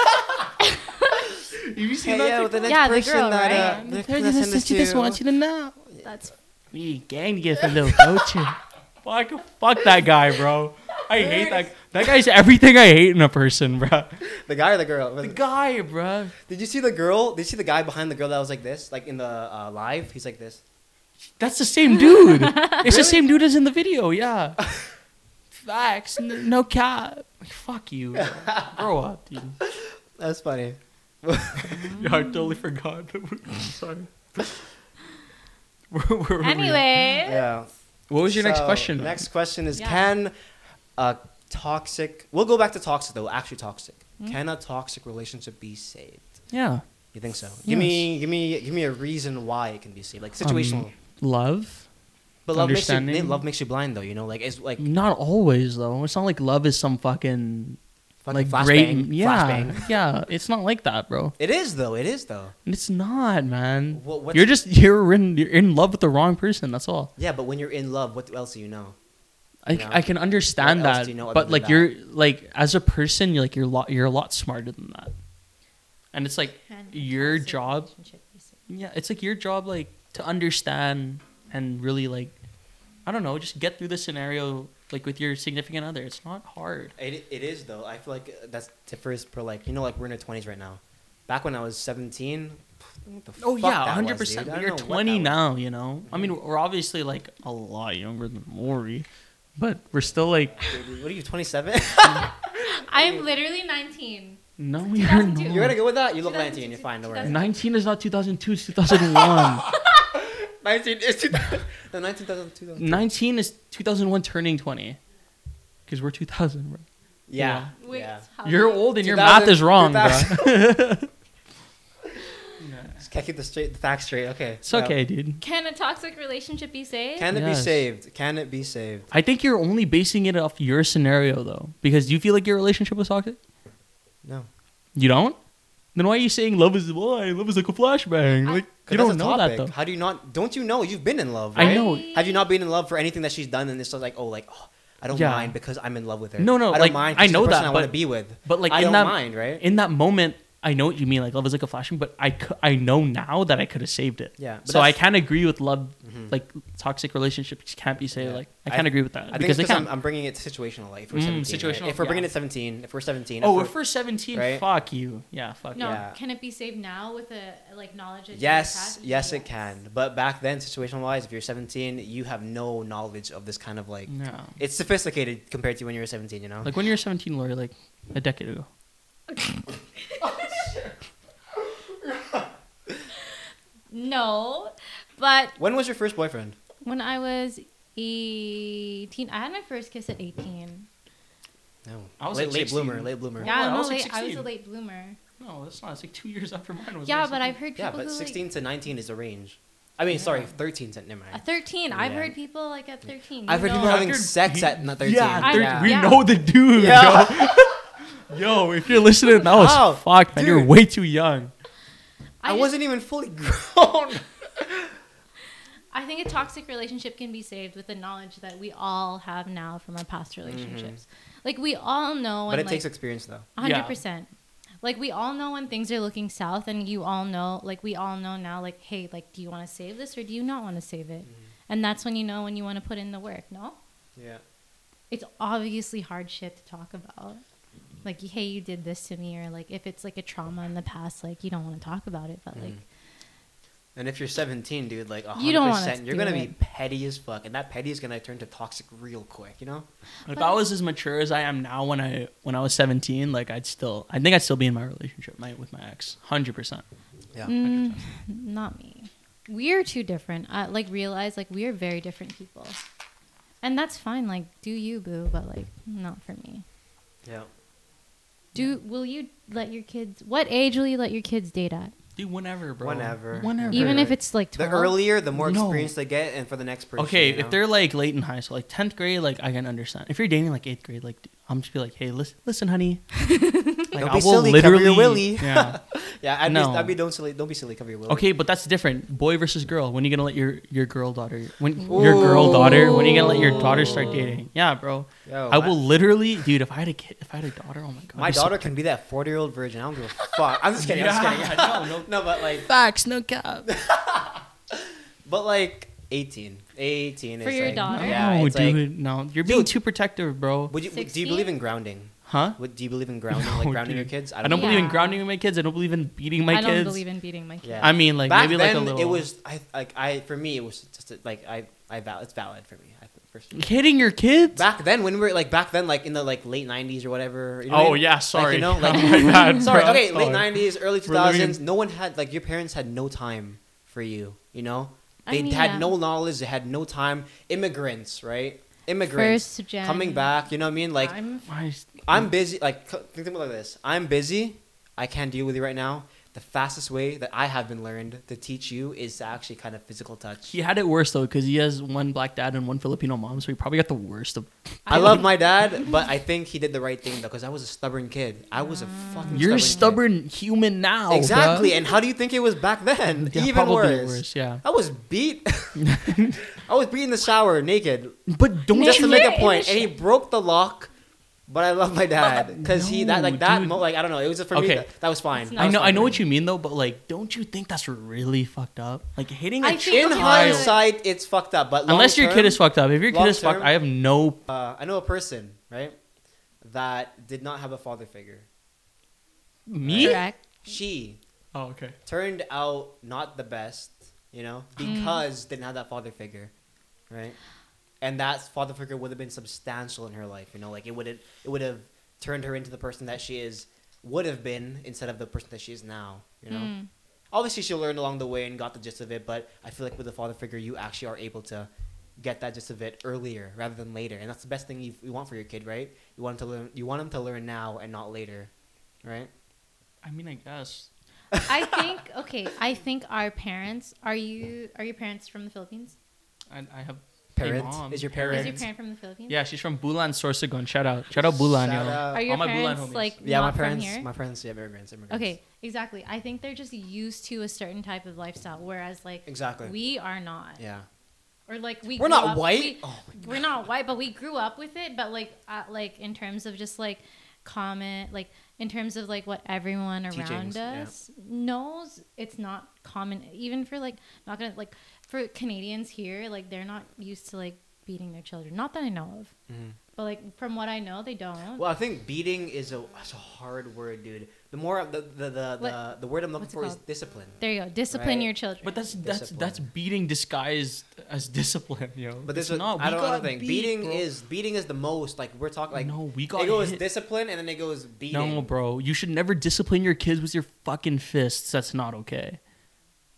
Speaker 4: Have you seen
Speaker 3: Hey,
Speaker 4: that?
Speaker 3: yo,
Speaker 4: TikTok?
Speaker 3: the next
Speaker 5: Yeah, the
Speaker 3: person
Speaker 5: girl,
Speaker 3: that,
Speaker 5: right?
Speaker 3: uh,
Speaker 5: The
Speaker 3: the next
Speaker 4: There's
Speaker 3: person I
Speaker 4: a
Speaker 3: send this
Speaker 4: sister just
Speaker 3: to-
Speaker 4: wants you to know.
Speaker 3: [LAUGHS]
Speaker 5: that's
Speaker 4: We gang together, little culture. [LAUGHS] Fuck, fuck that guy, bro. I hate that. That guy's everything I hate in a person, bro.
Speaker 3: The guy or the girl? Was
Speaker 4: The
Speaker 3: it-
Speaker 4: guy, bro.
Speaker 3: Did you see the girl? Did you see the guy behind the girl that was like this? Like in the uh, live? He's like this.
Speaker 4: That's the same [LAUGHS] dude. It's the same dude as in the video. Yeah. [LAUGHS] Facts. N- no cap. Fuck [LAUGHS] you. Bro. Grow up, dude.
Speaker 3: That's funny.
Speaker 4: Yeah, I totally forgot. Sorry. [LAUGHS]
Speaker 5: anyway.
Speaker 3: Yeah.
Speaker 4: what was your next
Speaker 3: So,
Speaker 4: question?
Speaker 3: Next question is
Speaker 5: Yeah.
Speaker 3: Can a toxic, we'll go back to toxic though, actually toxic.
Speaker 5: Hmm?
Speaker 3: Can a toxic relationship be saved?
Speaker 4: Yeah.
Speaker 3: You think so? Give me, give me, give me a reason why it can be saved, like situational.
Speaker 4: Um, love.
Speaker 3: but love makes you,
Speaker 4: understanding. Mm,
Speaker 3: love makes you blind, though. You know, like it's like
Speaker 4: Not always though. It's not like love is some fucking
Speaker 3: fucking
Speaker 4: like
Speaker 3: flashbang,
Speaker 4: great. Yeah,
Speaker 3: flashbang.
Speaker 4: yeah. It's not like that, bro.
Speaker 3: It is though. It is though.
Speaker 4: It's not, man.
Speaker 3: Wha- what's-
Speaker 4: you're just you're in you're in love with the wrong person. That's all.
Speaker 3: Yeah, but when you're in love, what else do you know?
Speaker 4: I,
Speaker 3: Yeah.
Speaker 4: I can understand
Speaker 3: What else
Speaker 4: that,
Speaker 3: do you know other
Speaker 4: but
Speaker 3: than
Speaker 4: like
Speaker 3: that?
Speaker 4: you're like as a person, you're like you're a lot you're a lot smarter than that, and it's like
Speaker 5: And
Speaker 4: your
Speaker 5: toxic
Speaker 4: job.
Speaker 5: relationship, you said.
Speaker 4: Yeah, it's like your job like to understand and really like I don't know, just get through the scenario like with your significant other. It's not hard.
Speaker 3: It, it is though. I feel like that's differs for like you know like we're in our twenties right now. Back when I was seventeen. what the
Speaker 4: Oh
Speaker 3: fuck
Speaker 4: yeah,
Speaker 3: that
Speaker 4: hundred
Speaker 3: was, dude.
Speaker 4: percent.
Speaker 3: I don't know
Speaker 4: You're
Speaker 3: what that
Speaker 4: twenty
Speaker 3: was.
Speaker 4: now, you know. I mean, we're obviously like a lot younger than Lori, but we're still like
Speaker 3: Dude, What are [LAUGHS] you? Twenty seven?
Speaker 5: I'm literally 19.
Speaker 4: no, you're
Speaker 5: 2002.
Speaker 4: not.
Speaker 3: You're gonna go with that? You look nineteen.
Speaker 5: 2000,
Speaker 3: You're fine. Don't worry.
Speaker 5: 2000.
Speaker 4: Nineteen is not two thousand two. It's two thousand one.
Speaker 3: [LAUGHS] Nineteen is two thousand. No, nineteen thousand two thousand.
Speaker 4: Nineteen is two thousand one turning twenty, because we're two thousand. Bro.
Speaker 3: Yeah.
Speaker 5: Wait,
Speaker 3: yeah.
Speaker 5: how
Speaker 4: You're
Speaker 5: old.
Speaker 4: old and your math is wrong, bro.
Speaker 3: 2000. Just can't keep the straight the facts straight. Okay.
Speaker 4: It's
Speaker 3: yeah.
Speaker 4: okay, dude.
Speaker 5: Can a toxic relationship be saved?
Speaker 3: Can it
Speaker 4: Yes.
Speaker 3: be saved? Can it be saved?
Speaker 4: I think you're only basing it off your scenario though, because do you feel like your relationship was toxic?
Speaker 3: No.
Speaker 4: You don't. Then why are you saying love is why love is like a flashbang? Like you
Speaker 3: 'Cause that's
Speaker 4: don't
Speaker 3: a
Speaker 4: know that
Speaker 3: topic.
Speaker 4: though.
Speaker 3: How do you not? Don't you know? You've been in love.
Speaker 4: I
Speaker 3: Right?
Speaker 4: know.
Speaker 3: Have you not been in love for anything that she's done? And it's just like, oh, like oh, I don't
Speaker 4: Yeah.
Speaker 3: mind because I'm in love with her.
Speaker 4: No, no,
Speaker 3: I don't
Speaker 4: like,
Speaker 3: mind.
Speaker 4: I
Speaker 3: 'cause she's
Speaker 4: know
Speaker 3: the person
Speaker 4: that,
Speaker 3: I want
Speaker 4: but-
Speaker 3: to be with.
Speaker 4: But like
Speaker 3: I
Speaker 4: in
Speaker 3: don't
Speaker 4: that
Speaker 3: mind, right?
Speaker 4: in that moment, I know what you mean. Like love is like a flashing, but I cou- I know now that I could have saved it.
Speaker 3: Yeah, but
Speaker 4: So I
Speaker 3: that's- Mm-hmm.
Speaker 4: can agree with love. Like toxic relationships can't be saved.
Speaker 3: Yeah.
Speaker 4: Like I can
Speaker 3: I-
Speaker 4: not agree with that
Speaker 3: I think
Speaker 4: because
Speaker 3: it's
Speaker 4: they
Speaker 3: because I'm,
Speaker 4: can't.
Speaker 3: I'm bringing it to situational life. If we're,
Speaker 4: Mm,
Speaker 3: 17, right?
Speaker 4: situational,
Speaker 3: if we're bringing
Speaker 4: yeah.
Speaker 3: it 17, if we're 17,
Speaker 4: oh,
Speaker 3: if
Speaker 4: we're
Speaker 3: we're-
Speaker 4: first seventeen.
Speaker 3: right?
Speaker 4: Fuck you. Yeah. Fuck.
Speaker 5: No,
Speaker 4: you.
Speaker 3: Yeah.
Speaker 5: can it be saved now with a like knowledge? that you
Speaker 3: Yes,
Speaker 5: have?
Speaker 3: yes, it can. But back then, situational wise, if you're 17, you have no knowledge of this kind of like.
Speaker 4: No.
Speaker 3: It's sophisticated compared to when you were 17, you know?
Speaker 4: Like when you were seventeen, Lori, like a decade ago.
Speaker 5: No, but
Speaker 3: when was your first boyfriend?
Speaker 5: when I was eighteen, I had my first kiss at eighteen.
Speaker 3: No.
Speaker 4: I was
Speaker 3: late,
Speaker 4: like
Speaker 3: late
Speaker 4: 16.
Speaker 3: bloomer, late bloomer.
Speaker 5: Yeah,
Speaker 4: I
Speaker 5: I'm a
Speaker 4: was like
Speaker 5: late, I was a
Speaker 4: 16.
Speaker 5: late bloomer.
Speaker 4: No, that's not. It's like two years after mine was.
Speaker 5: Yeah, but I've heard people
Speaker 3: Yeah, but
Speaker 5: who
Speaker 3: 16 to 19 is the range. I mean, sorry, 13 to. Never
Speaker 5: like at
Speaker 3: mind.
Speaker 5: thirteen. I've
Speaker 3: Yeah.
Speaker 5: heard people like at thirteen.
Speaker 3: I've heard
Speaker 5: you know,
Speaker 3: people having
Speaker 4: After-
Speaker 3: sex at not 13.
Speaker 4: Yeah,
Speaker 5: I-
Speaker 4: thir-
Speaker 5: yeah.
Speaker 4: we
Speaker 5: Yeah.
Speaker 4: know the dude,
Speaker 3: Yeah. [LAUGHS]
Speaker 4: yo. Yo, if you're listening, that was
Speaker 3: Oh,
Speaker 4: fucked, man. You're
Speaker 3: dude.
Speaker 4: way too young.
Speaker 3: I,
Speaker 5: just-
Speaker 3: wasn't even fully [LAUGHS] grown.
Speaker 5: I think a toxic relationship can be saved with the knowledge that we all have now from our past relationships. Like we all know,
Speaker 3: Mm-hmm. but
Speaker 5: and,
Speaker 3: it takes
Speaker 5: like,
Speaker 3: experience, though.
Speaker 5: a hundred
Speaker 4: Yeah.
Speaker 5: percent. Like we all know when things are looking south, and you all know, like we all know now, like hey, like do you want to save this or do you not want to save it?
Speaker 3: Mm-hmm.
Speaker 5: And that's when you know when you want to put in the work. No,
Speaker 3: Yeah.
Speaker 5: it's obviously hard shit to talk about. Like hey, you did this to me, or like if it's like a trauma in the past, like you don't want to talk about it, but like
Speaker 3: And if you're 17, dude, like 100%,
Speaker 5: You
Speaker 3: you
Speaker 5: don't wanna
Speaker 3: are
Speaker 5: do
Speaker 3: going to
Speaker 5: it.
Speaker 3: be petty as fuck. And that petty is going to turn to toxic real quick, you know?
Speaker 4: If I was as mature as I am now, when I when I was 17, like I'd still, I think I'd still be in my relationship, my with my ex, hundred percent.
Speaker 3: Yeah.
Speaker 5: Mm, not me. We're too different. I, like realize like we are very different people, and that's fine. Like do you boo, but like not for me.
Speaker 3: Yeah.
Speaker 5: Do will you let your kids? What age will you let your kids date at?
Speaker 4: Dude, whenever, bro.
Speaker 3: Whenever.
Speaker 4: Whenever.
Speaker 5: Even if it's like
Speaker 3: The
Speaker 5: twelve.
Speaker 3: earlier, the more
Speaker 4: No.
Speaker 3: experience they get, and for the next person.
Speaker 4: Okay,
Speaker 3: you know?
Speaker 4: if they're like late in high school, like tenth grade, like I can understand. If you're dating like eighth grade, like dude, I'm just be like, hey, listen, listen, honey.
Speaker 5: [LAUGHS]
Speaker 4: Like,
Speaker 3: Don't be silly, cover your willy. [LAUGHS]
Speaker 4: yeah.
Speaker 3: yeah, I'd
Speaker 4: No.
Speaker 3: be, I'd be don't silly, don't be silly, cover your will.
Speaker 4: Okay, but that's different. Boy versus girl. When are you gonna let your your girl daughter when your girl daughter when are you gonna let your daughter start dating? Yeah, bro.
Speaker 3: Yo,
Speaker 4: I will literally, dude. If I had a kid, if I had a daughter, oh my god.
Speaker 3: Oh, My
Speaker 4: I'd be so-
Speaker 3: daughter can be that forty-year-old virgin. I don't give a fuck. I'm just kidding. I'm just kidding.
Speaker 4: Yeah, no, no.
Speaker 3: [LAUGHS] no, but like,
Speaker 4: Facts, no cap.
Speaker 3: [LAUGHS] but like, eighteen. Eighteen
Speaker 5: For
Speaker 3: is
Speaker 5: your
Speaker 3: like,
Speaker 5: daughter?
Speaker 3: Yeah,
Speaker 4: no,
Speaker 3: it's
Speaker 4: dude.
Speaker 3: like,
Speaker 4: no, you're being
Speaker 3: Dude.
Speaker 4: too protective, bro.
Speaker 3: would you do you
Speaker 5: 16?
Speaker 3: believe in grounding?
Speaker 4: Huh?
Speaker 3: Would do you believe in grounding, like
Speaker 4: No,
Speaker 3: grounding your
Speaker 4: dude.
Speaker 3: kids?
Speaker 4: I don't
Speaker 5: know.
Speaker 4: believe in
Speaker 5: Yeah.
Speaker 4: grounding my kids. I don't believe in beating my
Speaker 5: I
Speaker 4: kids.
Speaker 5: don't believe in beating my kids.
Speaker 3: Yeah.
Speaker 4: I mean, like
Speaker 3: Back
Speaker 4: maybe
Speaker 3: then,
Speaker 4: like a little.
Speaker 3: it was. I like I for me it was just like I I val- it's valid for me. I, first,
Speaker 4: hitting your kids.
Speaker 3: back then when we were like back then like in the like late 90s or whatever you know what I
Speaker 4: oh
Speaker 3: mean?
Speaker 4: yeah,
Speaker 3: Like,
Speaker 4: sorry.
Speaker 3: you know like
Speaker 4: [LAUGHS] Oh my God,
Speaker 3: [LAUGHS] sorry
Speaker 4: bro,
Speaker 3: okay
Speaker 4: sorry.
Speaker 3: late 90s early
Speaker 4: We're living
Speaker 3: 2000s no one had like your parents had no time for you you know
Speaker 5: I
Speaker 3: they
Speaker 5: mean,
Speaker 3: had
Speaker 5: yeah.
Speaker 3: no knowledge they had no time immigrants right immigrants
Speaker 5: First gen.
Speaker 3: coming back you know what i mean like I'm,
Speaker 5: I'm,
Speaker 4: Why is-
Speaker 3: busy like c- think of it like this i'm busy i can't deal with you right now the fastest way that i have been learned to teach you is to actually kind of physical touch
Speaker 4: He had it worse though, because he has one black dad and one Filipino mom, so he probably got the worst of.
Speaker 3: I love my dad, but I think he did the right thing though, because I was a stubborn kid. I was a fucking.
Speaker 4: You're a
Speaker 3: kid.
Speaker 4: stubborn human now. bruh.
Speaker 3: Exactly, and how do you think it was back then?
Speaker 4: Yeah,
Speaker 3: Even
Speaker 4: probably
Speaker 3: worse.
Speaker 4: Yeah.
Speaker 3: I was beat. [LAUGHS] I was beat in the shower naked
Speaker 4: But don't
Speaker 3: just to
Speaker 4: you-
Speaker 3: make
Speaker 5: Yeah,
Speaker 3: a
Speaker 5: it
Speaker 3: point,
Speaker 5: was-
Speaker 3: and he broke the lock. But I
Speaker 4: [LAUGHS]
Speaker 3: love my dad because he that
Speaker 4: No,
Speaker 3: like that
Speaker 4: dude.
Speaker 3: mo- like I don't know. It was for me
Speaker 4: Okay.
Speaker 3: that, that was fine.
Speaker 5: It's
Speaker 3: That
Speaker 4: I
Speaker 3: was
Speaker 4: know,
Speaker 3: fine
Speaker 4: I know
Speaker 3: for
Speaker 4: what
Speaker 3: me.
Speaker 4: you mean though, but like, don't you think that's really fucked up? Like hitting a
Speaker 5: I
Speaker 4: chick,
Speaker 5: think-
Speaker 3: In
Speaker 5: Yeah.
Speaker 3: hindsight, it's fucked up. But
Speaker 4: unless your kid
Speaker 3: long-term-
Speaker 4: is fucked up. If your kid
Speaker 3: long
Speaker 4: is fucked,
Speaker 3: term-
Speaker 4: I have no.
Speaker 3: uh, I know a person right that did not have a father figure.
Speaker 4: Me?
Speaker 5: correct.
Speaker 3: She
Speaker 4: Oh, okay.
Speaker 3: turned out not the best, you know, because didn't have that father figure, right? And that father figure would have been substantial in her life, you know, like it would have it would have turned her into the person that she is would have been instead of the person that she is now, you know.
Speaker 5: Mm.
Speaker 3: Obviously, she learned along the way and got the gist of it, but I feel like with the father figure, you actually are able to get that gist of it earlier rather than later, and that's the best thing you, you want for your kid, right? You want 'em to learn, you want them to learn now and not later, right?
Speaker 4: I mean, I guess.
Speaker 5: I think okay. I think our parents. Are you? Are your parents from the Philippines?
Speaker 4: I, I have.
Speaker 3: Parent is your
Speaker 5: Is
Speaker 3: parent.
Speaker 5: your parent from the Philippines?
Speaker 4: Yeah, she's from Bulan, Sorsogon. Shout out, shout out Bulan,
Speaker 3: Shout
Speaker 4: yo.
Speaker 3: out.
Speaker 5: Are your
Speaker 4: all my Bulan
Speaker 5: parents
Speaker 4: homies.
Speaker 5: like
Speaker 3: Yeah,
Speaker 5: not
Speaker 3: my parents.
Speaker 5: from here?
Speaker 3: My parents, yeah, immigrants, immigrants.
Speaker 5: Okay, exactly. I think they're just used to a certain type of lifestyle, whereas like
Speaker 3: Exactly.
Speaker 5: we are not,
Speaker 3: yeah.
Speaker 5: or like we
Speaker 3: We're
Speaker 5: grew
Speaker 3: not
Speaker 5: up-
Speaker 3: white?
Speaker 5: We, [LAUGHS]
Speaker 3: Oh
Speaker 5: we're not white, but we grew up with it. But like, uh, like in terms of just like common, like in terms of like what everyone around
Speaker 3: Teachings, yeah.
Speaker 5: us knows it's not common even for like not gonna like for canadians here like they're not used to like beating their children not that i know of
Speaker 3: Mm-hmm.
Speaker 5: but like from what i know they don't
Speaker 3: Well, I think beating is a, it's a hard word, dude. The more the the the, the,
Speaker 5: What-
Speaker 3: the word I'm looking
Speaker 5: what's it
Speaker 3: for is
Speaker 5: called?
Speaker 3: discipline.
Speaker 5: there you go discipline
Speaker 3: Right.
Speaker 5: your children
Speaker 4: But that's that's
Speaker 3: Discipline.
Speaker 4: that's beating disguised as discipline, yo.
Speaker 3: But this
Speaker 4: It's
Speaker 3: is
Speaker 4: not.
Speaker 3: I
Speaker 4: We
Speaker 3: don't know
Speaker 4: got
Speaker 3: the thing.
Speaker 4: beat,
Speaker 3: beating
Speaker 4: bro.
Speaker 3: is beating is the most. Like we're talking like
Speaker 4: No, we got
Speaker 3: it goes
Speaker 4: hit.
Speaker 3: discipline and then it goes beating.
Speaker 4: no, bro. You should never discipline your kids with your fucking fists. That's not okay.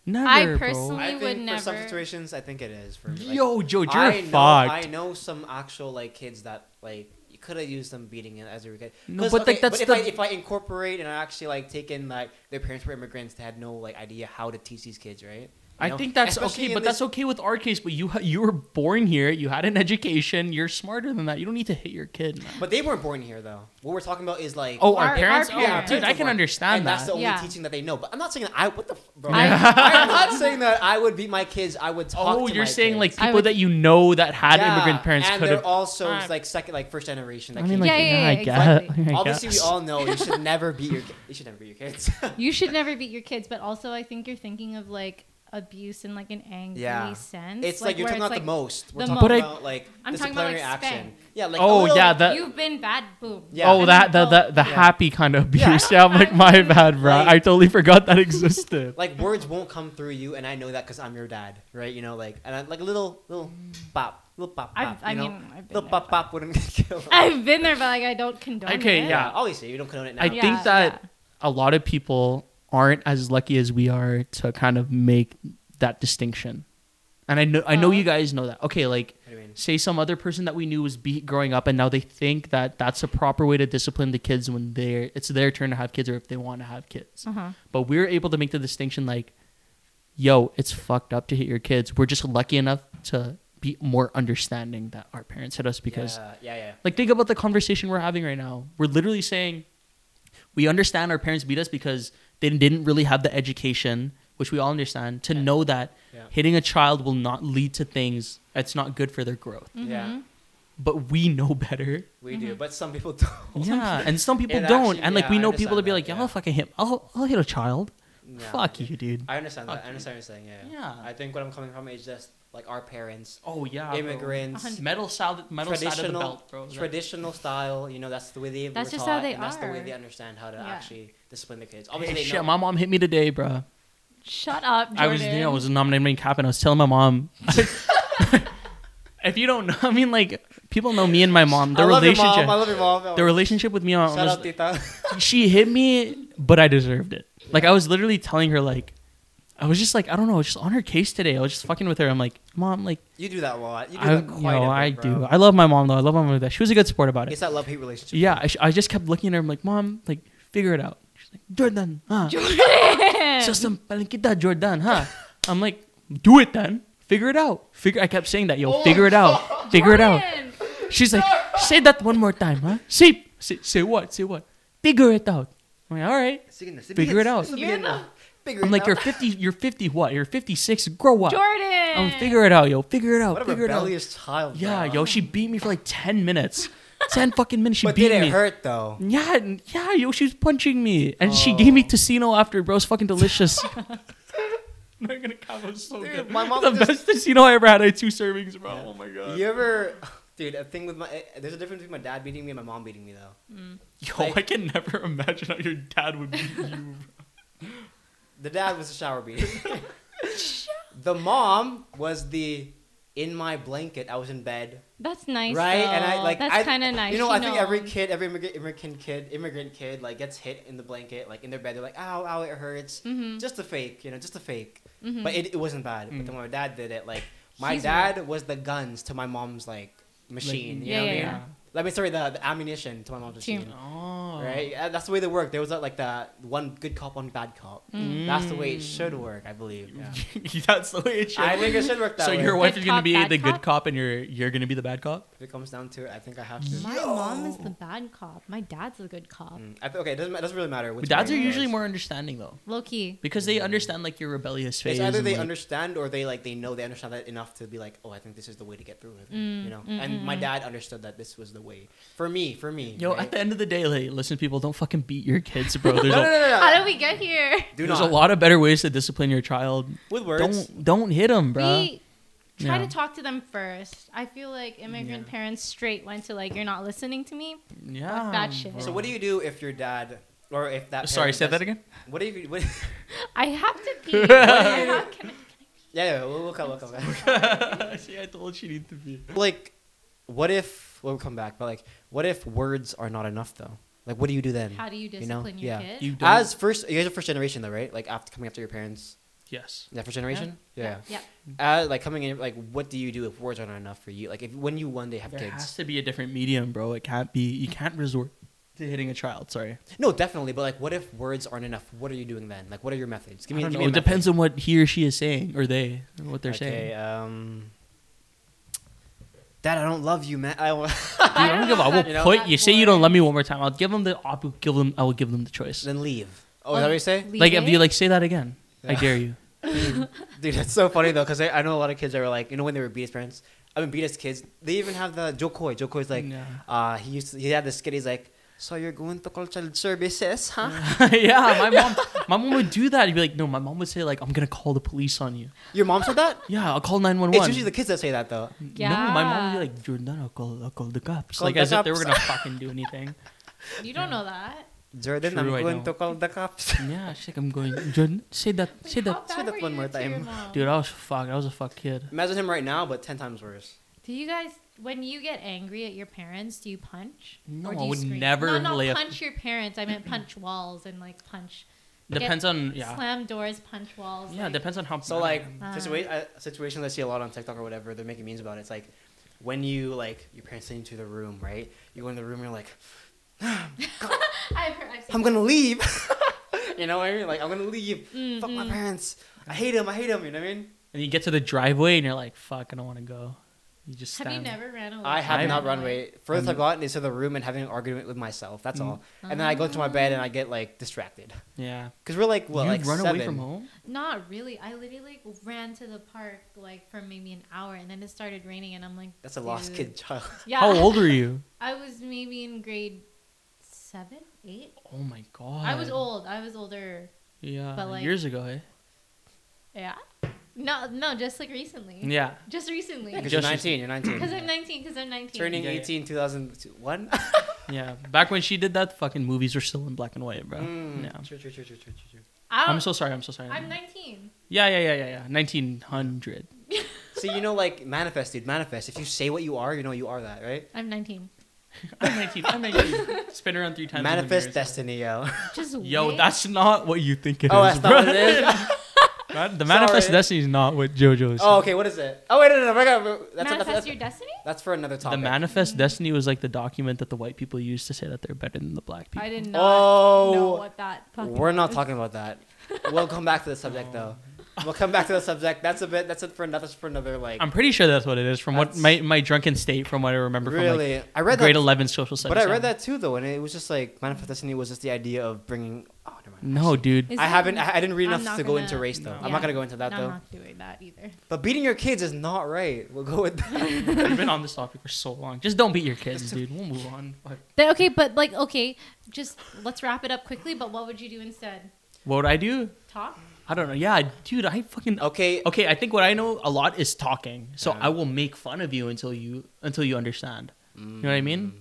Speaker 4: Never, bro.
Speaker 5: personally-
Speaker 3: I
Speaker 5: We
Speaker 3: think
Speaker 5: would
Speaker 3: for some
Speaker 5: never-
Speaker 3: situations, I think it is for me. Like,
Speaker 4: Yo, Joe, you're
Speaker 3: I know,
Speaker 4: fucked.
Speaker 3: I know some actual like kids that like you could have used them beating it as a kid.
Speaker 4: No,
Speaker 3: 'Cause,
Speaker 4: but, like,
Speaker 3: okay,
Speaker 4: that's
Speaker 3: if
Speaker 4: the-
Speaker 3: I, if I incorporate and I actually like take in like their parents were immigrants, they had no like idea how to teach these kids, right? You
Speaker 4: I
Speaker 3: know?
Speaker 4: think that's
Speaker 3: Especially
Speaker 4: okay,
Speaker 3: in
Speaker 4: but
Speaker 3: this-
Speaker 4: that's okay with our case. But you ha- you were born here. You had an education. You're smarter than that. You don't need to hit your kid. Man.
Speaker 3: But they weren't born here though. What we're talking about is like
Speaker 4: Oh, our,
Speaker 5: Our-
Speaker 4: parents.
Speaker 5: our
Speaker 4: Yeah,
Speaker 5: parents.
Speaker 4: dude, I can
Speaker 3: Different.
Speaker 4: understand
Speaker 3: and
Speaker 4: that.
Speaker 3: that's the only
Speaker 5: Yeah.
Speaker 3: teaching that they know. But I'm not saying that I what the f- bro.
Speaker 5: I-
Speaker 3: I'm not saying that I would beat my kids. I would talk.
Speaker 4: oh,
Speaker 3: to
Speaker 4: you're
Speaker 3: my
Speaker 4: saying like
Speaker 3: kids.
Speaker 5: I
Speaker 4: people
Speaker 5: would-
Speaker 4: that you know that had
Speaker 3: Yeah,
Speaker 4: immigrant parents
Speaker 3: and
Speaker 4: could
Speaker 3: they're
Speaker 4: have.
Speaker 3: also
Speaker 4: Alright.
Speaker 3: like second, like first generation. That
Speaker 4: I mean,
Speaker 3: came
Speaker 4: like,
Speaker 5: Yeah,
Speaker 4: yeah,
Speaker 5: yeah, yeah,
Speaker 4: I guess. [LAUGHS]
Speaker 5: exactly.
Speaker 4: I
Speaker 3: Obviously, we
Speaker 4: guess.
Speaker 3: all know you should never beat your ki- you should never beat your
Speaker 5: [LAUGHS]
Speaker 3: kids.
Speaker 5: you should never beat your kids but also i think you're thinking of like abuse in like an angry
Speaker 3: yeah,
Speaker 5: sense
Speaker 3: it's like you're
Speaker 5: where
Speaker 3: talking about
Speaker 5: it's
Speaker 3: the most. We're
Speaker 5: the
Speaker 3: talking
Speaker 4: most. But I-
Speaker 3: about like
Speaker 5: I'm talking about,
Speaker 3: disciplinary
Speaker 5: like,
Speaker 3: action.
Speaker 5: spank.
Speaker 3: Yeah, like a
Speaker 4: Oh
Speaker 3: little-
Speaker 4: yeah, that.
Speaker 5: you've been bad boom
Speaker 3: Yeah.
Speaker 4: Oh, that the,
Speaker 5: And
Speaker 4: the, the
Speaker 3: Yeah.
Speaker 4: happy kind of abuse. [LAUGHS] Yeah,
Speaker 5: Yeah.
Speaker 4: I'm like, my bad, bro.
Speaker 3: Like-
Speaker 4: I totally forgot that existed.
Speaker 3: like words won't come through you, and I know that because I'm your dad, right? You know, like and I, like a little little pop, little pop,
Speaker 5: I've-
Speaker 3: pop.
Speaker 5: I
Speaker 3: you know?
Speaker 5: mean, I've been
Speaker 3: little
Speaker 5: there,
Speaker 3: pop pop wouldn't [LAUGHS] kill. them.
Speaker 5: I've been there, but like I don't condone
Speaker 4: Okay,
Speaker 5: it.
Speaker 4: yeah.
Speaker 3: Yeah, obviously you don't condone it now.
Speaker 4: [LAUGHS] I
Speaker 5: Yeah,
Speaker 4: think that a lot of people aren't as lucky as we are to kind of make that distinction. And I know I know
Speaker 5: Oh.
Speaker 4: you guys know that. Okay, like
Speaker 3: What do you mean?
Speaker 4: say some other person that we knew was beat growing up and now they think that that's a proper way to discipline the kids when they're it's their turn to have kids or if they want to have kids.
Speaker 5: Uh-huh.
Speaker 4: But we're able to make the distinction like yo, it's fucked up to hit your kids. We're just lucky enough to be more understanding that our parents hit us because
Speaker 3: yeah, yeah, yeah.
Speaker 4: like think about the conversation we're having right now. We're literally saying we understand our parents beat us because they didn't really have the education, which we all understand, to know that
Speaker 3: Yeah.
Speaker 4: hitting a child will not lead to things that's not good for their growth.
Speaker 5: Mm-hmm.
Speaker 3: Yeah,
Speaker 4: But we
Speaker 3: [LAUGHS]
Speaker 4: know better.
Speaker 3: we do, but some people don't. [LAUGHS]
Speaker 4: Yeah. And some people
Speaker 3: It
Speaker 4: don't.
Speaker 3: actually-
Speaker 4: and like we
Speaker 3: yeah, I
Speaker 4: know
Speaker 3: understand
Speaker 4: people that be
Speaker 3: that,
Speaker 4: like, yeah,
Speaker 3: yeah.
Speaker 4: I'll fucking hit I'll, I'll hit a child.
Speaker 3: Yeah.
Speaker 4: Fuck you, dude.
Speaker 3: I understand that.
Speaker 4: Fuck
Speaker 3: I understand what you're saying. Yeah.
Speaker 4: Yeah.
Speaker 3: I think what I'm coming from is just like our parents,
Speaker 4: oh yeah. bro.
Speaker 3: immigrants,
Speaker 5: A hundred-
Speaker 4: Metal side metal side of the
Speaker 3: traditional,
Speaker 4: belt, bro.
Speaker 3: traditional style. You know, that's the way they were
Speaker 5: That's just
Speaker 3: taught,
Speaker 5: how they
Speaker 3: and That's the way
Speaker 5: are.
Speaker 3: they understand how to
Speaker 5: Yeah.
Speaker 3: actually discipline the kids.
Speaker 4: Hey,
Speaker 3: Obviously, they
Speaker 4: shit,
Speaker 3: know.
Speaker 4: my mom hit me today, bro.
Speaker 5: Shut up, Jordan.
Speaker 4: I was there. I
Speaker 5: [LAUGHS]
Speaker 4: was nominating cap, and I was telling my [LAUGHS] mom. if you don't know, I mean, like people know me and my mom. The
Speaker 3: I love your
Speaker 4: relationship,
Speaker 3: mom. I love your mom.
Speaker 4: the relationship with me. on
Speaker 3: Shout out, Tita.
Speaker 4: she hit me, but I deserved it. Like I was literally telling her, like I was just like I don't know, I was just on her case today. I was just fucking with her. I'm like, mom, like
Speaker 3: [LAUGHS] you do that a lot. You do
Speaker 4: I,
Speaker 3: that
Speaker 4: you
Speaker 3: quite
Speaker 4: know, I
Speaker 3: a bit, bro.
Speaker 4: do. I love my mom though. I love my mom. That she was a good sport about it.
Speaker 3: It's that love hate relationship.
Speaker 4: Yeah, I, sh- I just kept looking at her. I'm like, mom, like figure it out. She's like, Jordan, huh? Justin Palenquita Jordan, huh? I'm like, do it then. Figure it out. Figure. I kept saying that, yo. figure it out. Figure it out. She's like, say that one more time, huh? Say, say, say what? Say what? Figure it out. I'm like, all right. Figure it out.
Speaker 5: You're the-
Speaker 3: Figure
Speaker 4: I'm
Speaker 3: it
Speaker 4: like,
Speaker 3: out.
Speaker 4: you're 50. You're 50. What? You're 56. Grow up.
Speaker 5: Jordan.
Speaker 4: I'm figure it out, yo. Figure it out.
Speaker 3: What a
Speaker 4: figure it out.
Speaker 3: rebellious child.
Speaker 4: Yeah,
Speaker 3: bro.
Speaker 4: yo. She beat me for like 10 minutes. 10 fucking minutes. She
Speaker 3: But
Speaker 4: beat
Speaker 3: did
Speaker 4: me.
Speaker 3: it hurt
Speaker 4: [LAUGHS]
Speaker 3: though?
Speaker 4: Yeah, n- yeah, yo, she was punching me, and she gave
Speaker 3: Oh.
Speaker 4: me Tocino after, bro. It's fucking
Speaker 3: [LAUGHS]
Speaker 4: delicious. I'm not gonna cap. It was so
Speaker 3: Dude,
Speaker 4: good.
Speaker 3: my mom
Speaker 4: [LAUGHS] the
Speaker 3: just-
Speaker 4: best Tocino I ever had. I had two servings, bro. Oh my god.
Speaker 3: You ever, [LAUGHS] dude? A thing with my eh, there's a difference between my dad beating me and my mom beating me though.
Speaker 4: Yo,
Speaker 3: Like-
Speaker 4: I can never imagine how your dad would beat you. bro.
Speaker 3: The dad was the shower
Speaker 5: [LAUGHS]
Speaker 3: beating. [LAUGHS] the mom was the in my blanket. I was in bed,
Speaker 5: That's nice.
Speaker 3: right? And I
Speaker 5: though.
Speaker 3: like I-
Speaker 5: That's kind of nice.
Speaker 3: You know,
Speaker 5: she
Speaker 3: I think every
Speaker 5: knows.
Speaker 3: kid, every immigrant, immigrant kid, immigrant kid, like gets hit in the blanket, like in their bed. They're like, ow, ow, it hurts.
Speaker 5: Mm-hmm.
Speaker 3: Just a fake, you know, just a fake. But it, it wasn't bad. But then when my dad did it, like my
Speaker 5: He's
Speaker 3: dad was the guns to my mom's like machine. you
Speaker 5: yeah,
Speaker 3: know
Speaker 5: yeah,
Speaker 3: what I mean?
Speaker 5: yeah.
Speaker 3: Let me sorry, the, the ammunition to my mom's
Speaker 5: Team.
Speaker 3: machine.
Speaker 4: Oh. [LAUGHS]
Speaker 3: Right, Yeah, that's the way they work. There was uh, like the one good cop, one bad cop.
Speaker 4: Mm.
Speaker 3: That's the way it should work, I believe. Yeah.
Speaker 4: That's the way it should.
Speaker 3: I think it should work that
Speaker 4: so
Speaker 3: way.
Speaker 4: your wife
Speaker 5: Good
Speaker 4: is gonna
Speaker 5: cop,
Speaker 4: be
Speaker 5: bad
Speaker 4: the good
Speaker 5: cop?
Speaker 4: cop, and you're you're gonna be the bad cop.
Speaker 3: if it comes down to it, I think I have to.
Speaker 5: My mom is the bad cop. My dad's the good cop.
Speaker 3: Mm, I th- okay, it doesn't, ma- it doesn't really matter. Which
Speaker 4: Dads are
Speaker 3: way it
Speaker 4: usually
Speaker 3: goes.
Speaker 4: more understanding though,
Speaker 5: Low key.
Speaker 4: because they understand like your rebellious phase.
Speaker 3: Mm-hmm. It's either
Speaker 4: and,
Speaker 3: they
Speaker 4: like-
Speaker 3: understand or they like they know they understand that enough to be like, oh, I think this is the way to get through with it, you know.
Speaker 5: mm,
Speaker 3: And my dad understood that this was the way for me. For me,
Speaker 4: Yo,
Speaker 3: right?
Speaker 4: at the end of the day, like, listen listen, people, don't fucking beat your kids, bro. There's,
Speaker 3: No,
Speaker 4: [LAUGHS]
Speaker 3: no,
Speaker 4: a,
Speaker 3: no, no, no.
Speaker 5: How did we get here?
Speaker 3: Do
Speaker 4: there's
Speaker 3: not.
Speaker 4: a lot of better ways to discipline your child.
Speaker 3: with words.
Speaker 4: Don't don't hit them, bro.
Speaker 5: We try
Speaker 4: Yeah.
Speaker 5: to talk to them first. I feel like immigrant
Speaker 4: Yeah.
Speaker 5: parents straight went to like, you're not listening to me.
Speaker 4: yeah.
Speaker 5: bad shit.
Speaker 3: So what do you do if your dad or if that?
Speaker 4: Sorry,
Speaker 3: parent
Speaker 4: say
Speaker 3: does-
Speaker 4: that again.
Speaker 3: What do you? What, [LAUGHS]
Speaker 5: I have to [LAUGHS] pee. How can I-
Speaker 3: yeah, yeah, we'll, we'll come, we'll come back. [LAUGHS]
Speaker 4: [LAUGHS] See, I told she needed to be.
Speaker 3: like, what if? We'll come back, but like, what if words are not enough though? Like, what do you do then?
Speaker 5: How do you
Speaker 3: know?
Speaker 5: discipline
Speaker 3: Yeah.
Speaker 5: your kid?
Speaker 4: You don't.
Speaker 3: As first, you guys are first generation though, right? Like after coming after your parents,
Speaker 4: yes.
Speaker 3: is that first generation? Yeah.
Speaker 5: Yeah.
Speaker 3: Uh, like coming in, like what do you do if words aren't enough for you? Like if when you one day have
Speaker 4: There has
Speaker 3: kids,
Speaker 4: to be a different medium, bro. It can't be. You can't resort to hitting a child. Sorry.
Speaker 3: no, definitely. But like, what if words aren't enough? What are you doing then? Like, what are your methods? Give
Speaker 4: I
Speaker 3: me.
Speaker 4: don't
Speaker 3: give
Speaker 4: know.
Speaker 3: me a
Speaker 4: It depends
Speaker 3: method.
Speaker 4: on what he or she is saying, or they, or what they're
Speaker 3: Okay.
Speaker 4: saying.
Speaker 3: Um, Dad, I don't love you, man. I don't-
Speaker 4: Dude, I don't give. a- I will
Speaker 5: You know?
Speaker 4: put you. Say you don't
Speaker 5: That
Speaker 4: love me one more time. I'll give them the. I'll give them. I will give them the choice.
Speaker 3: [LAUGHS] then leave. Oh, is that what you say?
Speaker 5: Leave
Speaker 4: Like
Speaker 5: it?
Speaker 4: if you like say that again, I
Speaker 3: Yeah.
Speaker 4: dare you.
Speaker 3: Dude, that's so funny though, because I, I know a lot of kids that were like, you know, when they were beat as parents. I mean, beat as kids. They even have the Joe Coy. Joe Coy's like,
Speaker 4: Yeah.
Speaker 3: uh, he used to, he had this skit. He's like, so you're going to cultural services, huh?
Speaker 4: [LAUGHS] yeah,
Speaker 5: [LAUGHS]
Speaker 4: my mom. My mom would do that. He'd be like, no. My mom would say like, I'm gonna call the police on you.
Speaker 3: [LAUGHS] Your mom said
Speaker 4: [LAUGHS]
Speaker 3: that.
Speaker 4: Yeah, I'll call nine one one.
Speaker 3: It's usually the kids that say that though.
Speaker 5: Yeah.
Speaker 4: No, my mom would be like, Jordan, I'll call. I'll call the cops.
Speaker 3: Call
Speaker 4: like
Speaker 3: the
Speaker 4: as if they were
Speaker 3: cops.
Speaker 4: gonna fucking
Speaker 3: [LAUGHS]
Speaker 4: do anything.
Speaker 5: You don't know that.
Speaker 3: Jordan,
Speaker 4: True, I
Speaker 3: I'm
Speaker 4: know.
Speaker 3: going to call the cops. [LAUGHS]
Speaker 4: Yeah, she's like, I'm going. Jordan, say that. Say
Speaker 5: Wait, how
Speaker 4: that.
Speaker 5: bad
Speaker 3: that
Speaker 5: were
Speaker 3: one
Speaker 5: you
Speaker 3: more
Speaker 5: to your
Speaker 3: time.
Speaker 5: mom?
Speaker 4: Dude, I was fuck. I was a fuck kid.
Speaker 3: Imagine him right now, but ten times worse.
Speaker 5: Do you guys, when you get angry at your parents, do you punch?
Speaker 4: No,
Speaker 5: do
Speaker 4: I
Speaker 5: you
Speaker 4: would
Speaker 5: scream?
Speaker 4: never
Speaker 5: No, no,
Speaker 4: lay a-
Speaker 5: punch your parents. I meant punch [CLEARS THROAT] walls and like punch. Get-
Speaker 4: Depends on Mm, yeah.
Speaker 5: Slam doors, punch walls.
Speaker 4: Yeah,
Speaker 5: like-
Speaker 4: depends on how.
Speaker 3: So like
Speaker 5: Ah.
Speaker 3: situa- uh, situations I see a lot on TikTok or whatever, they're making memes about it. It's like when you like your parents send you to the room, right? You go in the room, you're like,
Speaker 5: [LAUGHS] I've heard. I've seen
Speaker 3: I'm gonna leave. [LAUGHS] you know what I mean? Like I'm gonna leave. Fuck my
Speaker 5: Mm-mm.
Speaker 3: parents. I hate them. I hate them. You know what I mean?
Speaker 4: and you get to the driveway and you're like, fuck, I don't want to go. You just
Speaker 5: Have
Speaker 4: stand.
Speaker 5: you never ran away?
Speaker 3: I have
Speaker 4: I'm-
Speaker 3: not run away. Furthest
Speaker 4: I'm- Mm.
Speaker 3: I've gotten is to the room and having an argument with myself. That's all. And then I go to my bed and I get like distracted.
Speaker 4: Yeah.
Speaker 3: Cause we're like what,
Speaker 4: you
Speaker 3: like
Speaker 4: run
Speaker 3: seven.
Speaker 4: away from home.
Speaker 5: Not really. I literally like, ran to the park like for maybe an hour, and then it started raining, and I'm like,
Speaker 3: That's a lost
Speaker 5: "Dude."
Speaker 3: kid [LAUGHS] child.
Speaker 5: Yeah.
Speaker 4: How old are you?
Speaker 5: [LAUGHS] I was maybe in grade seven, eight.
Speaker 4: Oh my god.
Speaker 5: I was old. I was older.
Speaker 4: Yeah.
Speaker 5: but, like-
Speaker 4: years ago, eh?
Speaker 5: Yeah. No, no, just like recently.
Speaker 4: Yeah.
Speaker 5: Just recently.
Speaker 3: Because
Speaker 5: Because
Speaker 3: you're
Speaker 4: Just-
Speaker 3: 19. You're 19.
Speaker 5: I'm 19. Because I'm 19.
Speaker 3: Turning
Speaker 4: Yeah, yeah.
Speaker 3: 18, 2001.
Speaker 4: Yeah. Back when she did that, fucking movies were still in black and white, bro.
Speaker 3: Mm.
Speaker 4: Yeah.
Speaker 3: True, true, true, true, true, true, true.
Speaker 5: I don't,
Speaker 4: I'm so sorry. I'm so sorry.
Speaker 5: Oh, I'm 19.
Speaker 4: yeah, yeah, yeah, yeah, yeah. 1900.
Speaker 3: So you know, like manifest, dude, manifest. If you say what you are, you know you are that, right?
Speaker 5: I'm 19.
Speaker 4: I'm 19. I'm
Speaker 5: [LAUGHS]
Speaker 4: 19. Spin around three times. in the
Speaker 3: manifest
Speaker 4: mirror.
Speaker 3: destiny,
Speaker 4: [LAUGHS]
Speaker 3: yo.
Speaker 5: Just
Speaker 4: Yo,
Speaker 5: wait.
Speaker 4: that's not what you think it is.
Speaker 3: oh, that's not
Speaker 4: bro.
Speaker 3: what it
Speaker 4: [LAUGHS]
Speaker 3: is.
Speaker 4: Man- the manifest
Speaker 3: Sorry.
Speaker 4: destiny is not what JoJo is.
Speaker 3: oh, okay, what is it? Oh wait, no, no, no, I got- that's,
Speaker 5: manifest
Speaker 3: that's, that's,
Speaker 5: your destiny.
Speaker 3: that's for another
Speaker 4: the
Speaker 3: topic.
Speaker 4: manifest destiny was like the document that the white people used to say that they're better than the black people.
Speaker 5: I did not know
Speaker 3: Oh,
Speaker 5: what that. fucking
Speaker 3: we're not
Speaker 5: was.
Speaker 3: talking about that. We'll come back to the subject
Speaker 5: [LAUGHS]
Speaker 3: though. We'll come back to the subject. That's a bit. That's it for another. For another, like
Speaker 4: I'm pretty sure that's what it is from what
Speaker 3: That's-
Speaker 4: my, my drunken state from what I remember from like
Speaker 3: really. I read
Speaker 4: grade
Speaker 3: that,
Speaker 4: 11 social studies.
Speaker 3: but I read
Speaker 4: yeah.
Speaker 3: that too though, and it was just like manifest destiny was just the idea of bringing. Oh, never mind.
Speaker 4: No, dude.
Speaker 5: Is
Speaker 3: I
Speaker 5: it-
Speaker 3: haven't. I I didn't read
Speaker 5: I'm
Speaker 3: enough
Speaker 5: not
Speaker 3: to go into
Speaker 5: gonna-
Speaker 3: race though.
Speaker 4: No.
Speaker 3: I'm not
Speaker 5: Yeah.
Speaker 3: gonna go into that
Speaker 5: No,
Speaker 3: though.
Speaker 5: I'm not doing that either.
Speaker 3: But beating your kids is not right. We'll go with that.
Speaker 5: [LAUGHS]
Speaker 4: We've been on this topic for so long. Just don't beat your kids, dude. We'll move on. Fuck.
Speaker 5: But, okay, but like, okay, just let's wrap it up quickly. But what would you do instead?
Speaker 4: What would I do?
Speaker 5: Talk.
Speaker 4: I don't know. Yeah, dude, I fucking
Speaker 3: Okay.
Speaker 4: Okay, I think what I know a lot is talking. So
Speaker 3: Yeah.
Speaker 4: I will make fun of you until you until you understand. You know what I mean? Be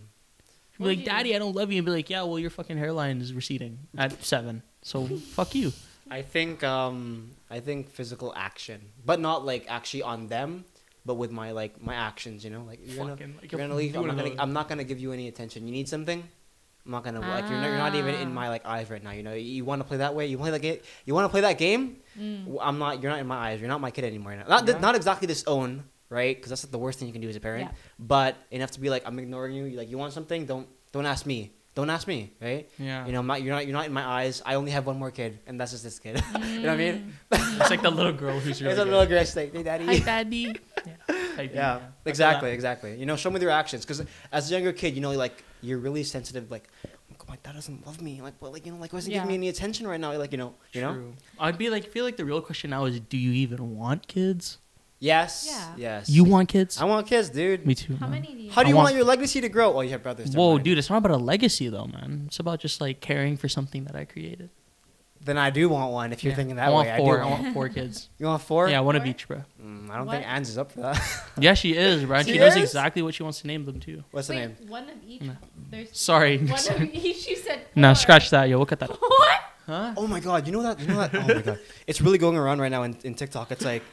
Speaker 5: What do
Speaker 4: like,
Speaker 5: you-
Speaker 4: Daddy, I don't love you. And be like, Yeah, well, your fucking hairline is receding at seven. [LAUGHS] So fuck you.
Speaker 3: I think um I think physical action, but not like actually on them, but with my like my actions. You know, like you're gonna
Speaker 4: Fucking, like,
Speaker 3: you're gonna
Speaker 4: if
Speaker 3: leave.
Speaker 4: you
Speaker 3: I'm
Speaker 4: wanna
Speaker 3: not gonna,
Speaker 4: know-
Speaker 3: I'm not gonna give you any attention. You need something. I'm not gonna like you're not, you're not even in
Speaker 5: Ah.
Speaker 3: my like eyes right now. You know, you, want to play that way. You play that game. You want to play that game.
Speaker 5: Hmm. Mm.
Speaker 3: W- I'm not. You're not in my eyes. You're not my kid anymore. Now. Not
Speaker 4: Yeah.
Speaker 3: not exactly disown, right? Because that's like, the worst thing you can do as a parent.
Speaker 5: Yeah.
Speaker 3: But enough to be like, I'm ignoring you. You, Like you want something? Don't don't ask me. Don't ask me, right?
Speaker 4: Yeah. [LAUGHS]
Speaker 3: You know, I'm not, you're not you're not in my eyes. I only have one more kid, and that's just this kid. [LAUGHS] you
Speaker 5: Mm.
Speaker 3: know what I mean?
Speaker 4: It's like the little girl who's really
Speaker 3: There's a
Speaker 4: good.
Speaker 3: little girl she's like, hey, daddy.
Speaker 4: Hi, Daddy. yeah. Type in,
Speaker 3: [LAUGHS] Yeah,
Speaker 4: That's
Speaker 3: exactly,
Speaker 4: what
Speaker 3: exactly. You know, show me their actions, because as a younger kid, you know, like you're really sensitive. Like, oh, my dad doesn't love me. Like, well, like you know, like why isn't
Speaker 5: Yeah.
Speaker 3: giving me any attention right now? Like, you know,
Speaker 4: I-
Speaker 3: you know.
Speaker 4: True. I'd be like, feel like the real question now is, do you even want kids?
Speaker 3: Yes.
Speaker 5: Yeah.
Speaker 3: Yes.
Speaker 4: You want kids?
Speaker 3: I want kids, dude.
Speaker 4: Me too.
Speaker 5: How
Speaker 4: man.
Speaker 5: many do you?
Speaker 3: How do
Speaker 4: I
Speaker 3: you want,
Speaker 4: want-
Speaker 3: your legacy to grow? Oh, you have brothers. never
Speaker 4: Whoa,
Speaker 3: mind.
Speaker 4: dude, it's not about a legacy though, man. It's about just like caring for something that I created.
Speaker 3: Then I do want one. If you're
Speaker 4: Yeah.
Speaker 3: thinking
Speaker 4: I
Speaker 3: that
Speaker 4: want
Speaker 3: way, I
Speaker 4: four. I,
Speaker 3: do.
Speaker 4: want four kids.
Speaker 3: you want [LAUGHS] four?
Speaker 4: Yeah, I want a
Speaker 5: Four?
Speaker 4: beach, bro.
Speaker 3: Mm, I don't think
Speaker 5: What?
Speaker 3: Ange is up for that. [LAUGHS]
Speaker 4: Yeah, she is, right? She,
Speaker 3: She
Speaker 4: knows
Speaker 3: is?
Speaker 4: exactly what she wants to name them too.
Speaker 3: What's the
Speaker 5: Wait,
Speaker 3: name?
Speaker 5: one of each.
Speaker 4: No.
Speaker 5: There's
Speaker 4: Sorry.
Speaker 5: one of each. You said.
Speaker 4: no,
Speaker 5: four.
Speaker 4: scratch that. Yo, look at that.
Speaker 5: [LAUGHS] What?
Speaker 4: Huh?
Speaker 3: Oh my god, you know that? You know that? Oh my god, it's really going around right now in, in TikTok. It's like,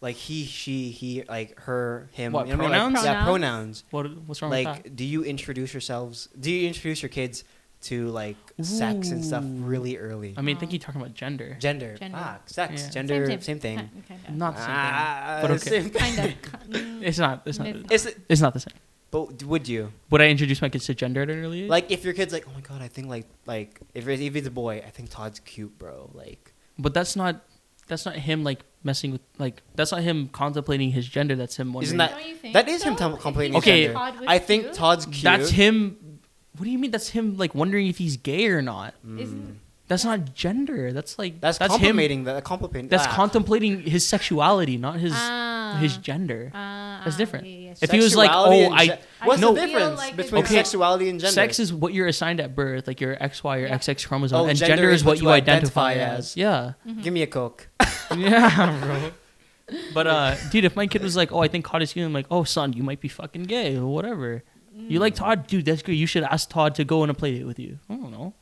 Speaker 3: like he, she, he, like her, him.
Speaker 4: What,
Speaker 3: you know what I mean? Like,
Speaker 5: pronouns?
Speaker 3: yeah, pronouns.
Speaker 4: What, what's wrong with that?
Speaker 3: Like, do you introduce yourselves? Do you introduce your kids to like sex and stuff
Speaker 4: Ooh.
Speaker 3: really early?
Speaker 4: I mean,
Speaker 5: Oh.
Speaker 4: I think you're talking about gender.
Speaker 3: gender,
Speaker 5: Gender.
Speaker 3: Ah, sex,
Speaker 4: Yeah.
Speaker 3: gender, same, thing.
Speaker 5: Kind
Speaker 4: Not the same
Speaker 3: Ah,
Speaker 4: thing. But okay.
Speaker 3: same- [LAUGHS]
Speaker 5: of.
Speaker 4: It's not. It's not.
Speaker 5: It's-
Speaker 3: Is it?
Speaker 4: It's not the same.
Speaker 3: But would you
Speaker 4: Would I introduce my kids to gender at an early age?
Speaker 3: like if your kid's like, oh my god, I think like like if it's, if it's a boy, I think Todd's cute, bro. Like,
Speaker 4: but that's not. That's not him like messing with like. That's not him contemplating his gender. That's him. Wondering,
Speaker 3: Isn't that-
Speaker 5: Don't you think
Speaker 3: that is him
Speaker 5: so?
Speaker 3: tom-
Speaker 5: If
Speaker 3: complaining.
Speaker 5: you
Speaker 4: Okay.
Speaker 5: said Todd was
Speaker 3: I think
Speaker 5: cute,
Speaker 3: Todd's cute.
Speaker 4: That's him. What do you mean? That's him like wondering if he's gay or not.
Speaker 5: Isn't
Speaker 4: That's not gender. That's like
Speaker 3: That's,
Speaker 4: that's him.
Speaker 3: complicating the complicating.
Speaker 4: That's
Speaker 3: ah.
Speaker 4: contemplating his sexuality, not his
Speaker 5: Ah.
Speaker 4: his gender.
Speaker 5: Uh,
Speaker 4: That's different.
Speaker 5: yeah, yeah,
Speaker 4: If he was like,
Speaker 3: Sexuality
Speaker 4: oh,
Speaker 3: and
Speaker 4: I-
Speaker 3: gen- what's
Speaker 5: no-
Speaker 3: the difference
Speaker 5: feel like
Speaker 3: between
Speaker 4: it's- Okay.
Speaker 3: sexuality and gender?
Speaker 4: Sex is what you're assigned at birth, like your XY or
Speaker 5: Yeah.
Speaker 4: XX chromosome,
Speaker 3: Oh,
Speaker 4: and
Speaker 3: gender
Speaker 4: gender,
Speaker 3: is
Speaker 4: is what
Speaker 3: what
Speaker 4: you
Speaker 3: you
Speaker 4: identify,
Speaker 3: identify
Speaker 4: as.
Speaker 3: as. [LAUGHS]
Speaker 4: Yeah,
Speaker 5: Mm-hmm.
Speaker 3: Give me a coke.
Speaker 4: yeah, bro. But uh, dude, if my kid was like, oh, I think Todd is gay, I'm like, oh, son, you might be fucking gay or whatever. You like Todd, dude? That's great. You should ask Todd to go on a play date with you. I don't know.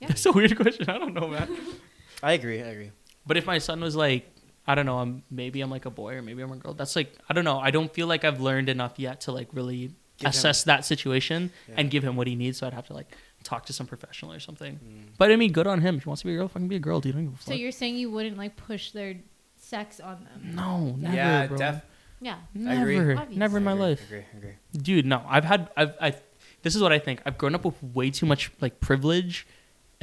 Speaker 5: Yeah.
Speaker 4: That's a weird question. I don't know, man.
Speaker 3: I agree. I agree.
Speaker 4: But if my son was like, I don't know, I'm maybe I'm like a boy or maybe I'm a girl. That's like I don't know. I don't feel like I've learned enough yet to like really
Speaker 3: Give him-
Speaker 4: assess that situation
Speaker 3: Yeah.
Speaker 4: and give him what he needs. So I'd have to like talk to some professional or something. But I mean, good on him. If he wants to be a girl, fucking be a girl, dude. I don't give a
Speaker 5: So
Speaker 4: fuck.
Speaker 5: you're saying you wouldn't like push their sex on them?
Speaker 4: no, never,
Speaker 3: Yeah,
Speaker 4: bro.
Speaker 3: def-
Speaker 5: Yeah.
Speaker 3: I agree.
Speaker 4: never,
Speaker 5: Obviously.
Speaker 4: never in my
Speaker 3: agree,
Speaker 4: life,
Speaker 3: Agree. Agree.
Speaker 4: dude. No, I've had, I've, I. This is what I think. I've grown up with way too much like privilege,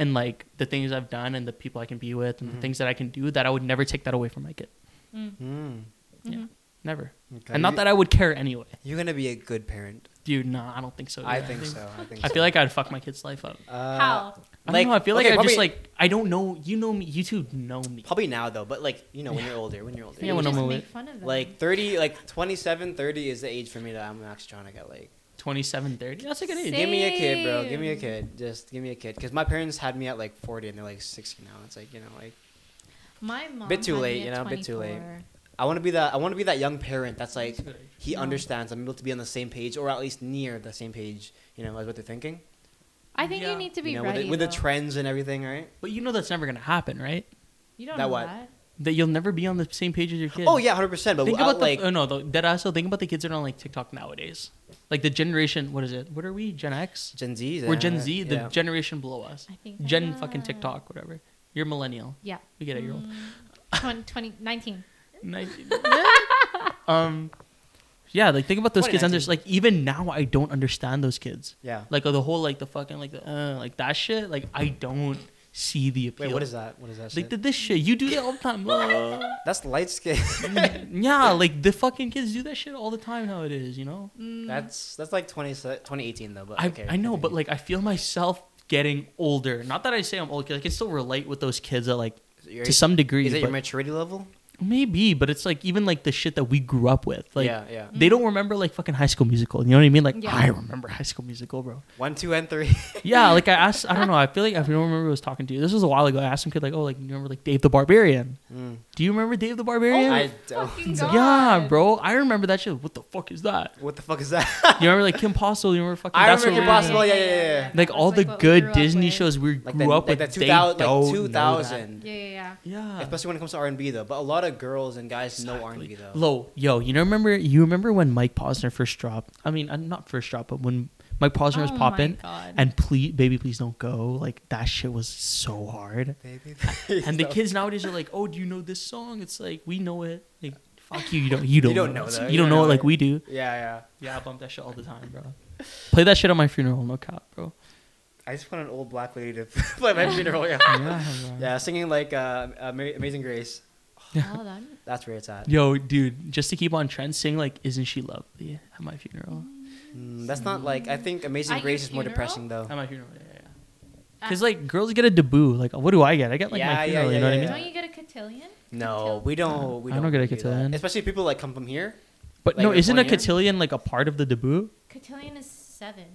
Speaker 4: and like the things I've done and the people I can be with
Speaker 3: Mm-hmm.
Speaker 4: and the things that I can do that I would never take that away from my kid.
Speaker 3: Mm.
Speaker 5: mm-hmm.
Speaker 4: Yeah, never.
Speaker 3: Okay.
Speaker 4: And not
Speaker 3: You-
Speaker 4: that I would care anyway.
Speaker 3: You're gonna be a good parent.
Speaker 4: Dude, nah, I don't think so.
Speaker 3: I
Speaker 4: dude.
Speaker 3: think so. I think.
Speaker 4: I
Speaker 3: so.
Speaker 4: feel like I'd fuck my kid's life up.
Speaker 3: Uh,
Speaker 5: How?
Speaker 4: I
Speaker 3: Like,
Speaker 4: don't know. I feel
Speaker 3: okay,
Speaker 4: like I
Speaker 3: probably-
Speaker 4: just like I don't know. You know me. You two know me.
Speaker 3: Probably now though, but like you know when you're older, when you're older.
Speaker 5: So
Speaker 4: Yeah,
Speaker 5: you
Speaker 4: when I'm
Speaker 5: just
Speaker 4: over
Speaker 5: make
Speaker 4: it.
Speaker 5: fun of them.
Speaker 3: like 30, like 27, 30 is the age for me that I'm actually trying to get like.
Speaker 4: Twenty-seven, thirty. That's a good age.
Speaker 5: Same.
Speaker 3: Give me a kid, bro. Give me a
Speaker 5: Same.
Speaker 3: kid. Just give me a kid. Because my parents had me at like 40 and they're like 60 now. It's like, you know, like.
Speaker 5: my mom.
Speaker 3: bit too
Speaker 5: had me
Speaker 3: late,
Speaker 5: at
Speaker 3: you know, bit too late.
Speaker 5: 24.
Speaker 3: I want to be that. I want to be that young parent that's like
Speaker 4: That's a good age.
Speaker 3: he
Speaker 5: No.
Speaker 3: understands. I'm able to be on the same page, or at least near the same page. You know, as what they're thinking.
Speaker 5: I think
Speaker 4: Yeah.
Speaker 5: you need to
Speaker 3: You
Speaker 5: be
Speaker 3: know, with,
Speaker 5: ready
Speaker 3: the, with the
Speaker 5: though.
Speaker 3: trends and everything, right?
Speaker 4: But you know that's never gonna happen, right?
Speaker 5: You don't
Speaker 3: That
Speaker 5: know
Speaker 3: what?
Speaker 5: that.
Speaker 4: That you'll never be on the same page as your kid.
Speaker 3: Oh yeah, hundred percent. But
Speaker 4: Think
Speaker 3: without,
Speaker 4: about the
Speaker 3: like,
Speaker 4: oh no though, that also think about the kids that are on like TikTok nowadays. Like the generation, what is it? What are we? Gen X?
Speaker 3: Gen Z.
Speaker 4: We're Gen Z, the
Speaker 3: yeah.
Speaker 4: generation below us.
Speaker 5: I think I
Speaker 4: Gen
Speaker 5: know.
Speaker 4: fucking TikTok, whatever. You're millennial.
Speaker 5: Yeah.
Speaker 4: We get it. You're old.
Speaker 5: Twen- 20, 19.
Speaker 4: 19. um, yeah, like think about those kids. And there's like even now, I don't understand those kids.
Speaker 3: yeah.
Speaker 4: Like the whole like the fucking like the uh, like that shit. Like I don't see the appeal.
Speaker 3: Wait, what is that? What is that?
Speaker 4: Like
Speaker 3: Shit?
Speaker 4: the, this shit you do that all the time. bro.
Speaker 3: that's light skin.
Speaker 4: [LAUGHS] yeah, like the fucking kids do that shit all the time nowadays. You know.
Speaker 3: Mm.
Speaker 5: Mm.
Speaker 3: that's that's like 20, 2018 though. But
Speaker 4: I
Speaker 3: okay,
Speaker 4: I know, but
Speaker 3: continue.
Speaker 4: like I feel myself getting older. Not that I say I'm old, 'cause I can still relate with those kids that like
Speaker 3: Your-
Speaker 4: to some degree.
Speaker 3: is it your
Speaker 4: but-
Speaker 3: maturity level?
Speaker 4: maybe, but it's like even like the shit that we grew up with. Like
Speaker 3: yeah, yeah.
Speaker 4: they don't remember like fucking High School Musical. You know what I mean? Like
Speaker 5: Yeah.
Speaker 4: I remember High School Musical, bro.
Speaker 3: One, two, and three. [LAUGHS]
Speaker 4: Yeah, like I asked, I don't know. I feel like I don't remember who I was talking to. This was a while ago. I asked some kid like, oh, like you remember like Dave the Barbarian?
Speaker 3: Mm.
Speaker 4: Do you remember Dave the Barbarian?
Speaker 3: I [LAUGHS] don't.
Speaker 5: Fucking God.
Speaker 4: yeah, bro. I remember that shit. What the fuck is that?
Speaker 3: What the fuck is that?
Speaker 4: [LAUGHS] You remember like Kim Possible? You remember fucking?
Speaker 3: I
Speaker 4: That's
Speaker 3: remember Kim
Speaker 4: What We-
Speaker 3: Possible. yeah, yeah, yeah, yeah.
Speaker 4: Like
Speaker 5: That's,
Speaker 4: all the
Speaker 5: what we grew
Speaker 4: good
Speaker 5: up
Speaker 4: Disney
Speaker 5: with.
Speaker 4: shows we
Speaker 3: Like
Speaker 4: grew
Speaker 3: the,
Speaker 4: up
Speaker 3: like
Speaker 4: with.
Speaker 3: the
Speaker 4: they
Speaker 3: 2000,
Speaker 4: don't
Speaker 3: like
Speaker 4: know that.
Speaker 3: 2000.
Speaker 5: Yeah, yeah, yeah.
Speaker 4: Yeah.
Speaker 3: Especially when it comes to R and B though, but a lot of girls and guys know R and B
Speaker 4: Exactly.
Speaker 3: though.
Speaker 4: Lo, yo, you know, remember you remember when Mike Posner first dropped? I mean, uh, not first dropped, but when Mike Posner was
Speaker 5: Oh my
Speaker 4: popping,
Speaker 5: God.
Speaker 4: and please, baby, please don't go. Like that shit was so hard.
Speaker 3: Baby,
Speaker 4: [LAUGHS] And the kids nowadays are like, oh, do you know this song? It's like we know it. Like fuck you, you don't, you don't,
Speaker 3: don't
Speaker 4: know,
Speaker 3: know
Speaker 4: it.
Speaker 3: that.
Speaker 4: You, don't know, it like we do.
Speaker 3: [LAUGHS] Yeah, yeah.
Speaker 4: Yeah, I bump that shit all the time, bro. Play that shit on my funeral, no cap, bro.
Speaker 3: I just want an old black lady to [LAUGHS] play my funeral. Yeah,
Speaker 4: Yeah, bro.
Speaker 3: yeah, singing like uh, Ama- Amazing Grace.
Speaker 4: [LAUGHS]
Speaker 5: Well done.
Speaker 3: That's where it's at.
Speaker 4: Yo, dude, just to keep on trend, sing like "Isn't She Lovely" at my funeral.
Speaker 3: Mm, that's not like I think Amazing
Speaker 5: At your
Speaker 3: Grace is more
Speaker 5: funeral?
Speaker 3: depressing though.
Speaker 4: At my funeral, yeah, yeah. Because like girls get a debut. Like, what do I get? I get like
Speaker 3: Yeah, yeah,
Speaker 4: my funeral.
Speaker 3: yeah,
Speaker 4: you know
Speaker 3: yeah,
Speaker 4: what I mean?
Speaker 3: yeah.
Speaker 5: Don't you get a cotillion?
Speaker 3: No, we don't. We
Speaker 4: I
Speaker 3: don't,
Speaker 4: don't get a
Speaker 3: do that.
Speaker 4: cotillion.
Speaker 3: Especially people like come from here.
Speaker 4: But
Speaker 3: Like
Speaker 4: no,
Speaker 3: in
Speaker 4: isn't a
Speaker 3: one year?
Speaker 4: cotillion like a part of the debut?
Speaker 5: Cotillion is seven,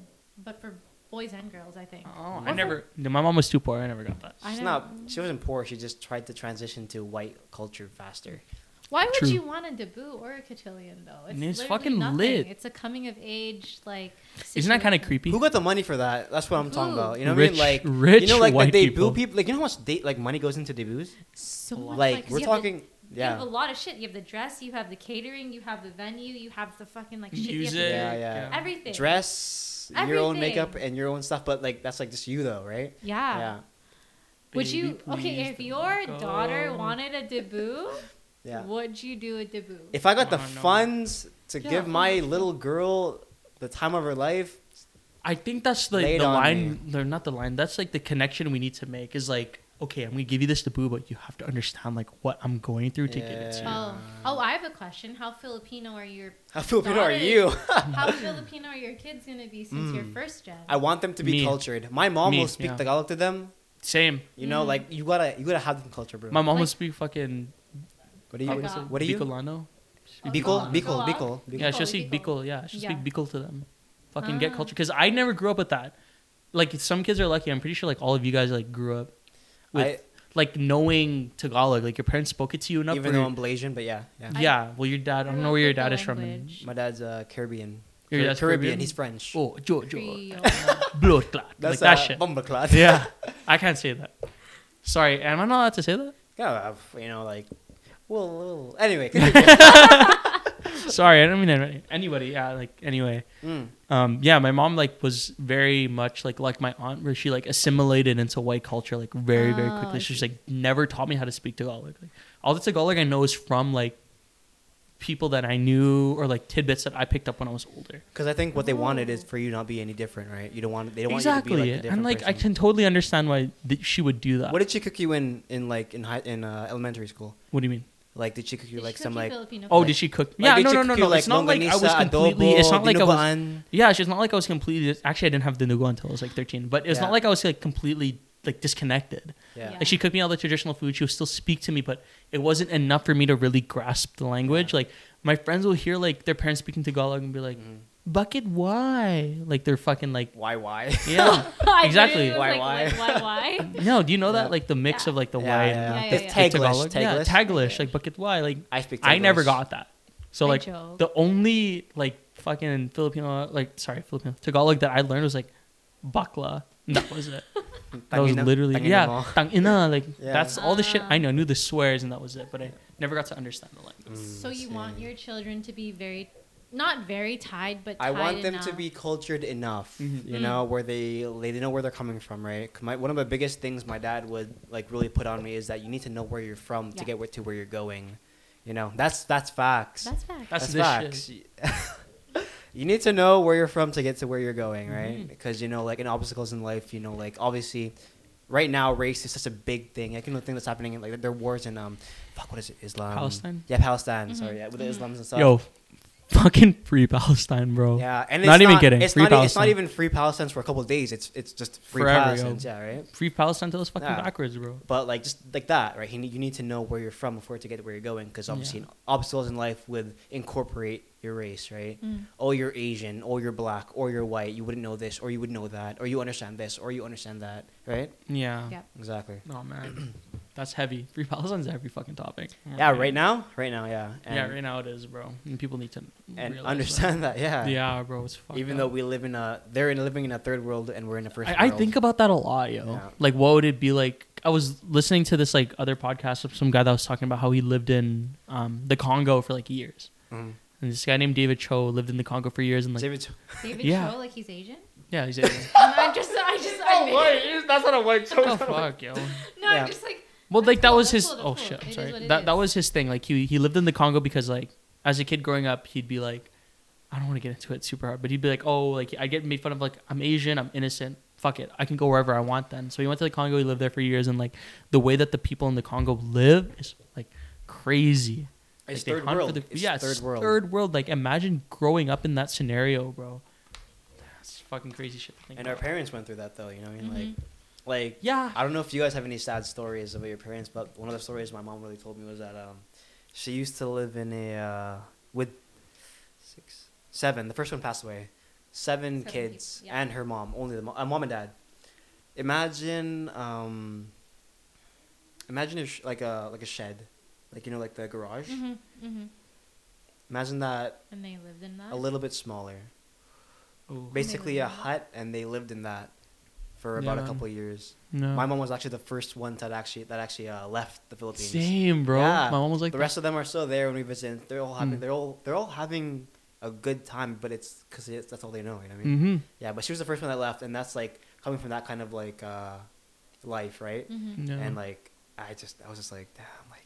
Speaker 5: but for boys and girls, I think.
Speaker 4: Oh,
Speaker 5: Or for-
Speaker 4: No, my mom was too poor. I never got that.
Speaker 5: I
Speaker 3: She's
Speaker 5: know.
Speaker 3: not. She wasn't poor. She just tried to transition to white culture faster.
Speaker 5: Why would
Speaker 4: True.
Speaker 5: you want a debut or a cotillion though?
Speaker 4: And it's
Speaker 5: literally
Speaker 4: fucking
Speaker 5: nothing.
Speaker 4: lit.
Speaker 5: It's a coming of age like.
Speaker 4: Isn't that kind of
Speaker 5: situation.
Speaker 4: creepy?
Speaker 3: Who got the money for that? That's what I'm talking
Speaker 5: Who?
Speaker 3: about. You know what I
Speaker 4: Rich-
Speaker 3: mean? Like
Speaker 4: rich
Speaker 3: you know, like
Speaker 4: white
Speaker 3: the debut
Speaker 4: people.
Speaker 3: people. Like you know how much date like money goes into debuts?
Speaker 5: So much money,
Speaker 3: Like
Speaker 5: 'cause
Speaker 3: we're
Speaker 5: you have the-
Speaker 3: talking.
Speaker 5: You have a
Speaker 3: Yeah.
Speaker 5: lot of shit. You have the dress. You have the catering. You have the venue. You have the fucking like shit. you have
Speaker 4: Music.
Speaker 5: to
Speaker 3: it.
Speaker 5: do.
Speaker 3: Yeah, yeah.
Speaker 5: Everything.
Speaker 3: Dress, your own makeup,
Speaker 5: Everything.
Speaker 3: and your own stuff. But like that's like just you though, right?
Speaker 5: Yeah.
Speaker 3: Yeah.
Speaker 5: Would
Speaker 4: Baby,
Speaker 5: you okay
Speaker 4: please
Speaker 5: if
Speaker 4: don't
Speaker 5: your
Speaker 4: go.
Speaker 5: daughter wanted a debut?
Speaker 3: Yeah.
Speaker 5: Would you do a debut?
Speaker 3: If I got the
Speaker 4: Oh, no.
Speaker 3: funds to
Speaker 5: Yeah,
Speaker 3: give
Speaker 5: how
Speaker 3: my
Speaker 5: much
Speaker 3: little girl the time of her life, [LAUGHS]
Speaker 4: I think that's the,
Speaker 3: Lay it
Speaker 4: the
Speaker 3: on
Speaker 4: line. No, not the line. That's like the connection we need to make. Is like, okay, I'm gonna give you this debut, but you have to understand like what I'm going through to give it to you.
Speaker 5: oh, oh, I have a question. How Filipino are your
Speaker 3: how Filipino are
Speaker 5: Daughter.
Speaker 3: you?
Speaker 5: How Filipino are your kids gonna be since you're first gen?
Speaker 3: Hmm. I want them to be
Speaker 4: Me.
Speaker 3: cultured. My mom
Speaker 4: Me,
Speaker 3: will speak
Speaker 4: yeah.
Speaker 3: Tagalog to them.
Speaker 4: Same.
Speaker 3: You know,
Speaker 5: Mm-hmm.
Speaker 3: like you gotta you gotta have them culture, bro.
Speaker 4: My mom
Speaker 5: Like-
Speaker 4: would speak fucking
Speaker 3: what do you?
Speaker 5: Oh my God.
Speaker 3: What do you?
Speaker 4: Bicolano.
Speaker 5: Oh,
Speaker 3: Bicol, Bicol,
Speaker 5: Tagalog.
Speaker 3: Bicol. Bicol.
Speaker 4: Yeah, she'll
Speaker 5: Bicol,
Speaker 4: speak
Speaker 5: Bicol.
Speaker 4: Bicol. Yeah, she'll
Speaker 5: Yeah.
Speaker 4: speak Bicol to them. Fucking get
Speaker 5: Ah.
Speaker 4: culture. Because I never grew up with that. Like some kids are lucky. I'm pretty sure like all of you guys like grew up with
Speaker 3: I-
Speaker 4: like knowing Tagalog. Like your parents spoke it to you enough.
Speaker 3: Even
Speaker 4: where-
Speaker 3: though I'm Blasian, but yeah, yeah.
Speaker 4: yeah. Well, your dad. I don't know where your dad is from. and-
Speaker 5: Language.
Speaker 3: My dad's uh, Caribbean.
Speaker 4: Your
Speaker 3: Car-
Speaker 4: dad's
Speaker 3: Caribbean.
Speaker 4: Caribbean?
Speaker 3: He's French.
Speaker 4: Oh, Jojo.
Speaker 5: [LAUGHS] Creole.
Speaker 4: Blood clot. Like that
Speaker 3: uh,
Speaker 4: shit.
Speaker 3: Bomba class.
Speaker 4: Yeah. I can't say that. Sorry. Am I not allowed to say that?
Speaker 3: [LAUGHS] yeah. uh, You know, like. Well, well.
Speaker 4: [LAUGHS]
Speaker 3: anyway.
Speaker 4: Sorry, I don't mean anybody. Anybody, yeah, like anyway.
Speaker 3: Mm.
Speaker 4: Um, yeah, my mom like was very much like like my aunt, where she like assimilated into white culture like very very
Speaker 5: Oh,
Speaker 4: quickly.
Speaker 5: I
Speaker 4: She just like never taught me how to speak Tagalog. Like, all the Tagalog I know is from like people that I knew or like tidbits that I picked up when I was older.
Speaker 3: Because I think what they wanted is
Speaker 5: Oh.
Speaker 3: for you not be any different, right? You don't want they don't want
Speaker 4: exactly,
Speaker 3: you to be like a different
Speaker 4: and like I
Speaker 3: person.
Speaker 4: can totally understand why th- she would do that.
Speaker 3: What did she cook you in in like in high in uh, elementary school?
Speaker 4: What do you mean?
Speaker 3: Like did she cook you
Speaker 5: Did
Speaker 3: like
Speaker 5: she
Speaker 3: some
Speaker 5: cook you
Speaker 3: like
Speaker 5: Filipino
Speaker 4: Oh,
Speaker 5: food?
Speaker 4: did she cook?
Speaker 3: like,
Speaker 4: Yeah,
Speaker 3: did
Speaker 4: no,
Speaker 3: she
Speaker 4: no,
Speaker 3: cook
Speaker 4: no,
Speaker 3: you,
Speaker 4: no. It's not like I was
Speaker 3: longanisa,
Speaker 4: completely. It's
Speaker 3: adobo,
Speaker 4: not like I was.
Speaker 3: dinuguan?
Speaker 4: Yeah, it's just not like I was completely. Actually, I didn't have the nugo until I was like 13. But it's
Speaker 3: Yeah.
Speaker 4: not like I was like completely like disconnected.
Speaker 3: Yeah.
Speaker 5: Yeah.
Speaker 4: Like she cooked me all the traditional food. She would still speak to me, but it wasn't enough for me to really grasp the language. Like my friends will hear like their parents speaking Tagalog and be like,
Speaker 3: Mm-hmm.
Speaker 4: "Bucket, why?" Like they're fucking
Speaker 3: [LAUGHS]
Speaker 4: like,
Speaker 3: Why why?
Speaker 4: yeah,
Speaker 5: [LAUGHS] I
Speaker 4: exactly.
Speaker 5: literally was
Speaker 3: Why,
Speaker 5: like, like, why? Why?
Speaker 4: no, do you know
Speaker 3: Yeah.
Speaker 4: that like the mix
Speaker 5: Yeah.
Speaker 4: of like the
Speaker 3: Yeah,
Speaker 4: why
Speaker 3: yeah,
Speaker 4: and
Speaker 3: yeah.
Speaker 4: like,
Speaker 5: The
Speaker 4: the
Speaker 3: taglish,
Speaker 4: Tagalog, yeah,
Speaker 3: taglish.
Speaker 4: taglish, like bucket why? Like
Speaker 3: I speak
Speaker 4: I never
Speaker 3: Taglish.
Speaker 4: got that. So
Speaker 5: I
Speaker 4: like
Speaker 5: joke.
Speaker 4: the only like fucking Filipino like sorry Filipino Tagalog that I learned was like bakla. And That
Speaker 3: [LAUGHS]
Speaker 4: was it. That was
Speaker 3: Tangina-
Speaker 4: literally
Speaker 3: tangina
Speaker 4: yeah,
Speaker 3: mo.
Speaker 4: tangina. Like
Speaker 3: [LAUGHS] Yeah.
Speaker 4: that's all the shit
Speaker 5: Ah.
Speaker 4: I know. I knew the swears and that was it, but I never got to understand the
Speaker 3: [LAUGHS]
Speaker 4: language.
Speaker 5: [LAUGHS] So you want your children to be very, not very tied, but
Speaker 3: I
Speaker 5: tied
Speaker 3: want them to
Speaker 5: enough. Mm.
Speaker 3: be cultured enough,
Speaker 4: Mhm.
Speaker 3: you know, where they they know where they're coming from, right? 'Cause My, one of the biggest things my dad would like really put on me is that you need to know where you're from to get
Speaker 5: Yeah.
Speaker 3: where, to where you're going, you know. That's that's facts.
Speaker 5: That's fact.
Speaker 4: That's,
Speaker 3: That's
Speaker 4: this
Speaker 3: facts. [LAUGHS]
Speaker 4: shit.
Speaker 3: you need to know where you're from to get to where you're going, right?
Speaker 5: Mm-hmm.
Speaker 3: Because you know, like in obstacles in life, you know, like obviously, right now race is such a big thing. Like you know, the thing that's happening, in, like there are wars in um, fuck, what is it, Islam?
Speaker 4: Palestine?
Speaker 3: Yeah, Palestine.
Speaker 5: Mm-hmm.
Speaker 3: Sorry, yeah, with the Islams and stuff.
Speaker 4: Yo, fucking free Palestine, bro.
Speaker 3: Yeah, and it's
Speaker 4: Not even kidding.
Speaker 3: It's
Speaker 4: Free
Speaker 3: not, e- it's not
Speaker 4: Palestine.
Speaker 3: even free Palestine for a couple of days. It's it's just free
Speaker 4: Forever, yo.
Speaker 3: Palestine. Yeah, right.
Speaker 4: Free Palestine till it's fucking
Speaker 3: Yeah.
Speaker 4: backwards, bro.
Speaker 3: But like just like that, right? You need, you need to know where you're from before to get where you're going, because obviously obstacles in life would incorporate your race, right?
Speaker 4: Mm.
Speaker 5: Hmm.
Speaker 3: Oh, you're Asian, or you're black, or you're white. You wouldn't know this, or you would know that, or you understand this, or you understand that, right? Uh,
Speaker 4: Yeah.
Speaker 5: Yeah.
Speaker 3: Exactly.
Speaker 4: Oh man, [CLEARS THROAT] that's heavy. Free Palestine's every fucking topic.
Speaker 3: Yeah, right now, right now, yeah, and,
Speaker 4: yeah, right now it is, bro. And people need to
Speaker 3: and
Speaker 4: realize
Speaker 3: understand that, yeah.
Speaker 4: That. Yeah, bro, it's fucked
Speaker 3: Even
Speaker 4: up.
Speaker 3: though we live in a, they're in, living in a third world, and we're in a first.
Speaker 4: I, I
Speaker 3: world.
Speaker 4: think about that a lot, yo.
Speaker 3: Yeah.
Speaker 4: Like, what would it be like? I was listening to this like other podcast of some guy that was talking about how he lived in um, the Congo for like years,
Speaker 3: Mhm.
Speaker 4: and this guy named David Cho lived in the Congo for years, and like,
Speaker 3: David,
Speaker 5: David
Speaker 4: Yeah.
Speaker 5: Cho, like he's Asian. [LAUGHS]
Speaker 4: yeah,
Speaker 3: [LAUGHS]
Speaker 4: he's Asian.
Speaker 5: I'm just, I just, I made-
Speaker 3: that's not a white
Speaker 4: oh fuck, yo.
Speaker 5: no,
Speaker 3: Yeah.
Speaker 5: I'm just like.
Speaker 4: Well,
Speaker 5: That's
Speaker 4: like that
Speaker 5: cool,
Speaker 4: was
Speaker 5: that's
Speaker 4: his.
Speaker 5: cool,
Speaker 4: oh
Speaker 5: that's cool.
Speaker 4: shit, I'm
Speaker 5: It is
Speaker 4: sorry.
Speaker 5: what it
Speaker 4: That that
Speaker 5: is.
Speaker 4: was his thing. Like he he lived in the Congo because like as a kid growing up, he'd be like, I don't want to get into it super hard, but he'd be like, oh, like I get made fun of. Like I'm Asian, I'm innocent. Fuck it, I can go wherever I want. Then so he went to the Congo. He lived there for years, and like the way that the people in the Congo live is like crazy.
Speaker 3: It's
Speaker 4: Like, they
Speaker 3: third
Speaker 4: hunt for
Speaker 3: world.
Speaker 4: the-
Speaker 3: It's
Speaker 4: yeah,
Speaker 3: third
Speaker 4: it's
Speaker 3: world.
Speaker 4: Third world. Like imagine growing up in that scenario, bro. That's fucking crazy shit. To think
Speaker 3: And our
Speaker 4: about.
Speaker 3: parents went through that though, you know what I mean? Like
Speaker 5: Mm-hmm.
Speaker 3: Like
Speaker 4: Yeah.
Speaker 3: I don't know if you guys have any sad stories about your parents, but one of the stories my mom really told me was that um, she used to live in a uh, with six, seven. The first one passed away. Seven,
Speaker 5: Seven peop-
Speaker 3: kids
Speaker 5: yeah.
Speaker 3: and her mom, only the mo- uh, mom and dad. Imagine, um, imagine if sh- like a like a shed, like you know, like the garage.
Speaker 5: hmm hmm
Speaker 3: Imagine that
Speaker 5: And they lived in that.
Speaker 3: a little bit smaller,
Speaker 4: Ooh.
Speaker 3: basically a
Speaker 5: lived in that?
Speaker 3: hut, and they lived in that for about a
Speaker 4: Yeah.
Speaker 3: couple of years.
Speaker 4: No.
Speaker 3: My mom was actually the first one that actually that actually uh, left the Philippines.
Speaker 4: Same, bro.
Speaker 3: Yeah.
Speaker 4: My mom was like,
Speaker 3: the rest of them are still there when we visit. They're all having
Speaker 4: Mm.
Speaker 3: they're all they're all having a good time, but it's because it's, that's all they know. You know what I mean?
Speaker 4: Mm-hmm.
Speaker 3: Yeah, but she was the first one that left, and that's like coming from that kind of like uh, life, right?
Speaker 5: Mhm.
Speaker 4: No.
Speaker 3: And like I just I was just like damn, like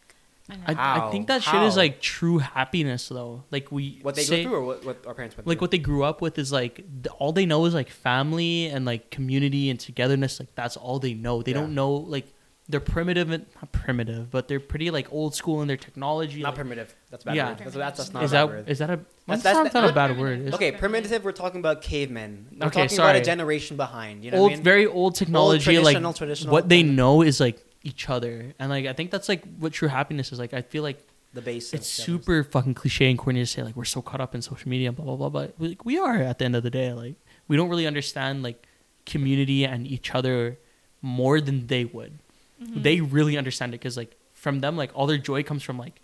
Speaker 5: I know.
Speaker 4: I, I
Speaker 3: How?
Speaker 4: think that shit is
Speaker 3: How?
Speaker 4: like true happiness, though. Like we
Speaker 3: what they
Speaker 4: say,
Speaker 3: go through or what, what our parents went
Speaker 4: like
Speaker 3: through.
Speaker 4: what they grew up with is like th- all they know is like family and like community and togetherness like that's all they know they don't
Speaker 3: Yeah.
Speaker 4: know like they're primitive and not primitive but they're pretty like old school in their technology
Speaker 3: not
Speaker 4: like,
Speaker 3: primitive. That's a bad
Speaker 4: Yeah.
Speaker 3: word. That's, that's, that's not
Speaker 4: is
Speaker 3: a bad
Speaker 4: that
Speaker 3: word.
Speaker 4: is that a
Speaker 3: That's-
Speaker 4: that's,
Speaker 3: that's-
Speaker 4: not a
Speaker 5: that's
Speaker 4: bad
Speaker 5: not
Speaker 4: word
Speaker 5: primitive.
Speaker 4: is-
Speaker 3: okay,
Speaker 5: primitive?
Speaker 3: primitive. We're talking about cavemen. We're
Speaker 4: Okay,
Speaker 3: talking
Speaker 4: sorry.
Speaker 3: about a generation behind. You know
Speaker 4: old
Speaker 3: what I mean?
Speaker 4: very old technology like
Speaker 3: traditional- traditional
Speaker 4: what they
Speaker 3: kind of-
Speaker 4: know is like each other and like i think that's like what true happiness is like i feel like
Speaker 3: the base.
Speaker 4: it's super fucking cliche and corny to say like we're so caught up in social media and blah blah blah but like, we are at the end of the day like we don't really understand like community and each other more than they would
Speaker 5: Mm-hmm.
Speaker 4: they really understand it because like from them like all their joy comes from like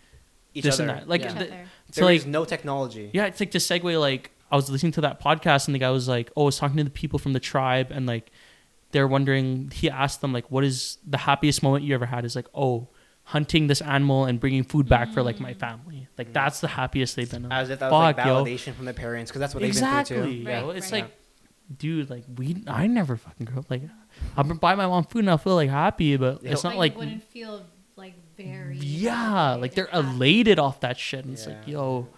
Speaker 3: Each
Speaker 4: this
Speaker 3: other.
Speaker 4: and that like
Speaker 3: yeah.
Speaker 5: Each
Speaker 4: the-
Speaker 5: other.
Speaker 4: so
Speaker 3: There
Speaker 4: like
Speaker 3: is no technology.
Speaker 4: yeah it's like to segue like i was listening to that podcast and the guy was like oh i was talking to the people from the tribe and like they're wondering he asked them like what is the happiest moment you ever had is like oh hunting this animal and bringing food back for like my family like that's the happiest they've been
Speaker 3: As if that was
Speaker 4: Fuck,
Speaker 3: like
Speaker 4: yo.
Speaker 3: validation from the parents, because that's what they've been
Speaker 4: exactly
Speaker 3: through too.
Speaker 5: Right,
Speaker 4: yo. it's
Speaker 5: right.
Speaker 4: like dude like we i never fucking grew up like i will buy my mom food and i'll feel like happy but
Speaker 3: Yeah.
Speaker 4: it's
Speaker 5: But
Speaker 4: not
Speaker 5: you
Speaker 4: like
Speaker 5: wouldn't feel like very.
Speaker 4: yeah like they're
Speaker 5: happy.
Speaker 4: elated off that shit and it's like
Speaker 3: Yeah.
Speaker 4: yo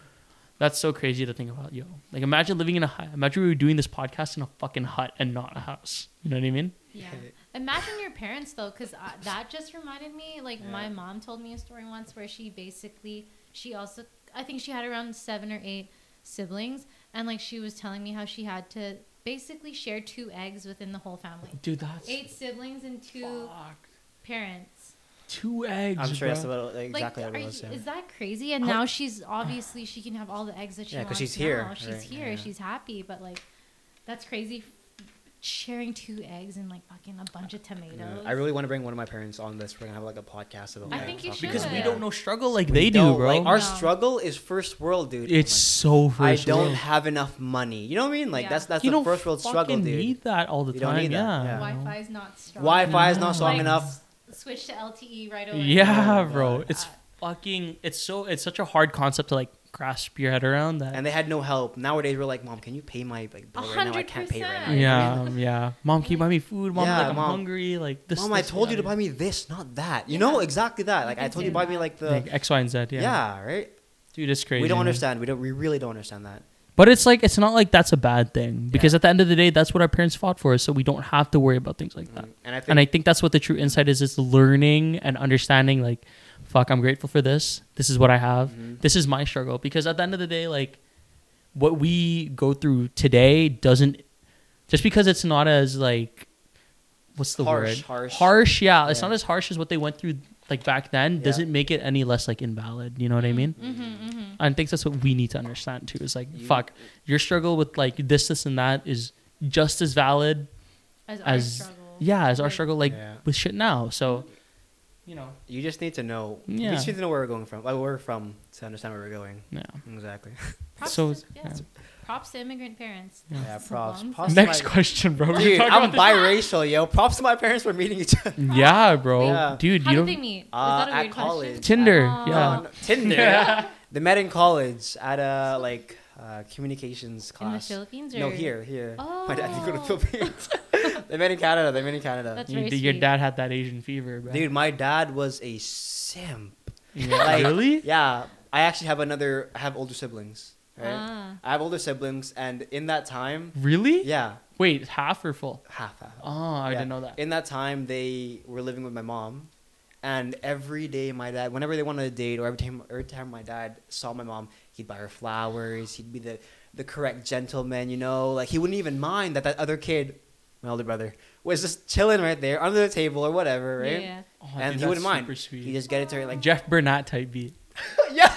Speaker 4: that's so crazy to think about yo like imagine living in a hut imagine we were doing this podcast in a fucking hut and not a house you know what i mean
Speaker 5: Yeah. Imagine your parents though, because that just reminded me. Like my mom told me a story once where she basically she also I think she had around seven or eight siblings, and like she was telling me how she had to basically share two eggs within the whole family.
Speaker 4: dude that's
Speaker 5: Eight siblings and two
Speaker 4: fuck.
Speaker 5: parents.
Speaker 4: two eggs
Speaker 3: I'm sure
Speaker 4: bro.
Speaker 3: that's about like,
Speaker 5: Like,
Speaker 3: exactly what
Speaker 5: are
Speaker 3: it was.
Speaker 5: you-
Speaker 3: yeah.
Speaker 5: is that crazy? And
Speaker 4: How-
Speaker 5: now she's obviously she can have all the eggs that she
Speaker 3: Yeah, 'cause
Speaker 5: wants.
Speaker 3: she's here,
Speaker 5: now. She's
Speaker 3: right,
Speaker 5: here.
Speaker 3: yeah.
Speaker 5: She's happy. But like, that's crazy. Sharing two eggs and like fucking a bunch of tomatoes.
Speaker 3: Yeah. I really want to bring one of my parents on this. We're gonna have like a podcast about.
Speaker 5: I
Speaker 3: that
Speaker 5: think you
Speaker 3: topic.
Speaker 5: should.
Speaker 4: because we
Speaker 5: Yeah.
Speaker 4: don't know struggle like
Speaker 3: We
Speaker 4: they do
Speaker 3: don't,
Speaker 4: bro
Speaker 3: Like, our
Speaker 5: No.
Speaker 3: struggle is first world, dude.
Speaker 4: it's so
Speaker 3: like,
Speaker 4: first
Speaker 3: I don't
Speaker 4: world.
Speaker 3: have enough money. You know what I mean? Like
Speaker 5: Yeah.
Speaker 3: that's that's
Speaker 4: you
Speaker 3: the
Speaker 4: don't
Speaker 3: first world struggle,
Speaker 4: fucking
Speaker 3: dude.
Speaker 4: need that all the
Speaker 3: You don't
Speaker 4: time
Speaker 3: need that,
Speaker 4: yeah
Speaker 3: yeah.
Speaker 5: Wi-Fi is not strong.
Speaker 3: Wi-Fi is not
Speaker 4: No.
Speaker 3: strong
Speaker 5: Like,
Speaker 3: enough.
Speaker 5: Switch to LTE right away. uh,
Speaker 4: yeah
Speaker 3: Oh,
Speaker 4: bro
Speaker 3: God.
Speaker 4: it's fucking it's so it's such a hard concept to like grasp your head around that
Speaker 3: And they had no help. Nowadays, we're like, mom, can you pay my like, bill right now? I can't pay right now.
Speaker 5: 100%.
Speaker 3: You know what I mean?
Speaker 4: Yeah, um, yeah. Mom, can you buy me food? Mom,
Speaker 3: Yeah,
Speaker 4: like I'm
Speaker 3: Mom.
Speaker 4: hungry. Like this.
Speaker 3: Mom, I
Speaker 4: this,
Speaker 3: told
Speaker 4: that.
Speaker 3: you to buy me this, not that. You
Speaker 5: Yeah.
Speaker 3: know exactly that. Like
Speaker 5: You
Speaker 3: I
Speaker 5: can
Speaker 3: told
Speaker 5: do
Speaker 3: you, buy me
Speaker 5: that.
Speaker 3: like the
Speaker 4: like X, Y, and Z. Yeah.
Speaker 3: yeah. right.
Speaker 4: dude, it's crazy.
Speaker 3: We don't
Speaker 4: man.
Speaker 3: understand. We don't. We really don't understand that.
Speaker 4: But it's like it's not like that's a bad thing because at the end of the day, that's what our parents fought for, so we don't have to worry about things like that.
Speaker 3: And I think
Speaker 4: Mm. And I think that's what the true insight is: is learning and understanding. Like, fuck, I'm grateful for this. This is what I have.
Speaker 3: Mm-hmm.
Speaker 4: This is my struggle. Because at the end of the day, like, what we go through today doesn't just because it's not as like what's the
Speaker 3: Harsh,
Speaker 4: word
Speaker 3: harsh.
Speaker 4: harsh yeah, it's
Speaker 3: Yeah.
Speaker 4: not as harsh as what they went through like back then
Speaker 3: Yeah.
Speaker 4: doesn't make it any less like invalid you know what i mean
Speaker 5: Mm-hmm, mm-hmm.
Speaker 4: and i think that's what we need to understand too is like
Speaker 3: You-
Speaker 4: fuck your struggle with like this this and that is just as valid
Speaker 5: As,
Speaker 4: as
Speaker 5: our struggle.
Speaker 4: yeah as our
Speaker 5: Like,
Speaker 4: struggle like
Speaker 3: Yeah.
Speaker 4: with shit now so you know
Speaker 3: you just need to know. You
Speaker 4: Yeah.
Speaker 3: just need to know where we're going from. Like where we're from to understand where we're going.
Speaker 4: yeah
Speaker 3: Exactly.
Speaker 5: Props
Speaker 4: So-
Speaker 5: to, yeah. Props to immigrant parents.
Speaker 3: [LAUGHS] Yeah,
Speaker 5: That's
Speaker 3: props.
Speaker 5: long.
Speaker 3: props to
Speaker 4: next
Speaker 3: my- [LAUGHS]
Speaker 4: question bro We're
Speaker 3: Dude,
Speaker 4: talking
Speaker 3: I'm
Speaker 4: about
Speaker 3: biracial, yo. Props to my parents for meeting each other.
Speaker 4: this- yeah bro
Speaker 3: Yeah.
Speaker 4: dude
Speaker 5: How
Speaker 4: you
Speaker 5: did
Speaker 4: don't
Speaker 5: they meet?
Speaker 3: Uh,
Speaker 5: Is that a
Speaker 3: at
Speaker 5: weird
Speaker 3: college.
Speaker 4: tinder
Speaker 3: Oh,
Speaker 5: Aw.
Speaker 4: [LAUGHS] yeah
Speaker 3: No, no,
Speaker 4: [LAUGHS]
Speaker 3: Tinder. they met in college at a like uh, communications
Speaker 5: question? In the
Speaker 3: class.
Speaker 5: Philippines? Or?
Speaker 3: no, here, here. [LAUGHS] My dad didn't go to
Speaker 5: Oh.
Speaker 3: the Philippines. [LAUGHS] they met in Canada. They met in Canada.
Speaker 5: That's
Speaker 4: You-
Speaker 5: very
Speaker 4: your
Speaker 5: sweet.
Speaker 4: dad had that asian fever bro
Speaker 3: Dude, my dad was a simp.
Speaker 4: Yeah,
Speaker 3: Like,
Speaker 4: really
Speaker 3: Yeah, I actually have another. I have older siblings. Right.
Speaker 5: Ah.
Speaker 3: I have older siblings, and in that time,
Speaker 4: really
Speaker 3: yeah,
Speaker 4: wait half or full
Speaker 3: half half.
Speaker 4: oh i
Speaker 3: Yeah.
Speaker 4: didn't know that
Speaker 3: In that time, they were living with my mom, and every day my dad, whenever they wanted to date, or every time, every time my dad saw my mom, he'd buy her flowers. He'd be the the correct gentleman, you know. Like he wouldn't even mind that that other kid my older brother, was just chilling right there under the table or whatever, right?
Speaker 5: Yeah.
Speaker 4: Oh,
Speaker 3: And
Speaker 4: dude,
Speaker 3: he wouldn't
Speaker 4: that's
Speaker 3: mind.
Speaker 4: super sweet.
Speaker 3: He just get it to her like,
Speaker 4: Jeff Burnett type beat.
Speaker 3: [LAUGHS] yeah,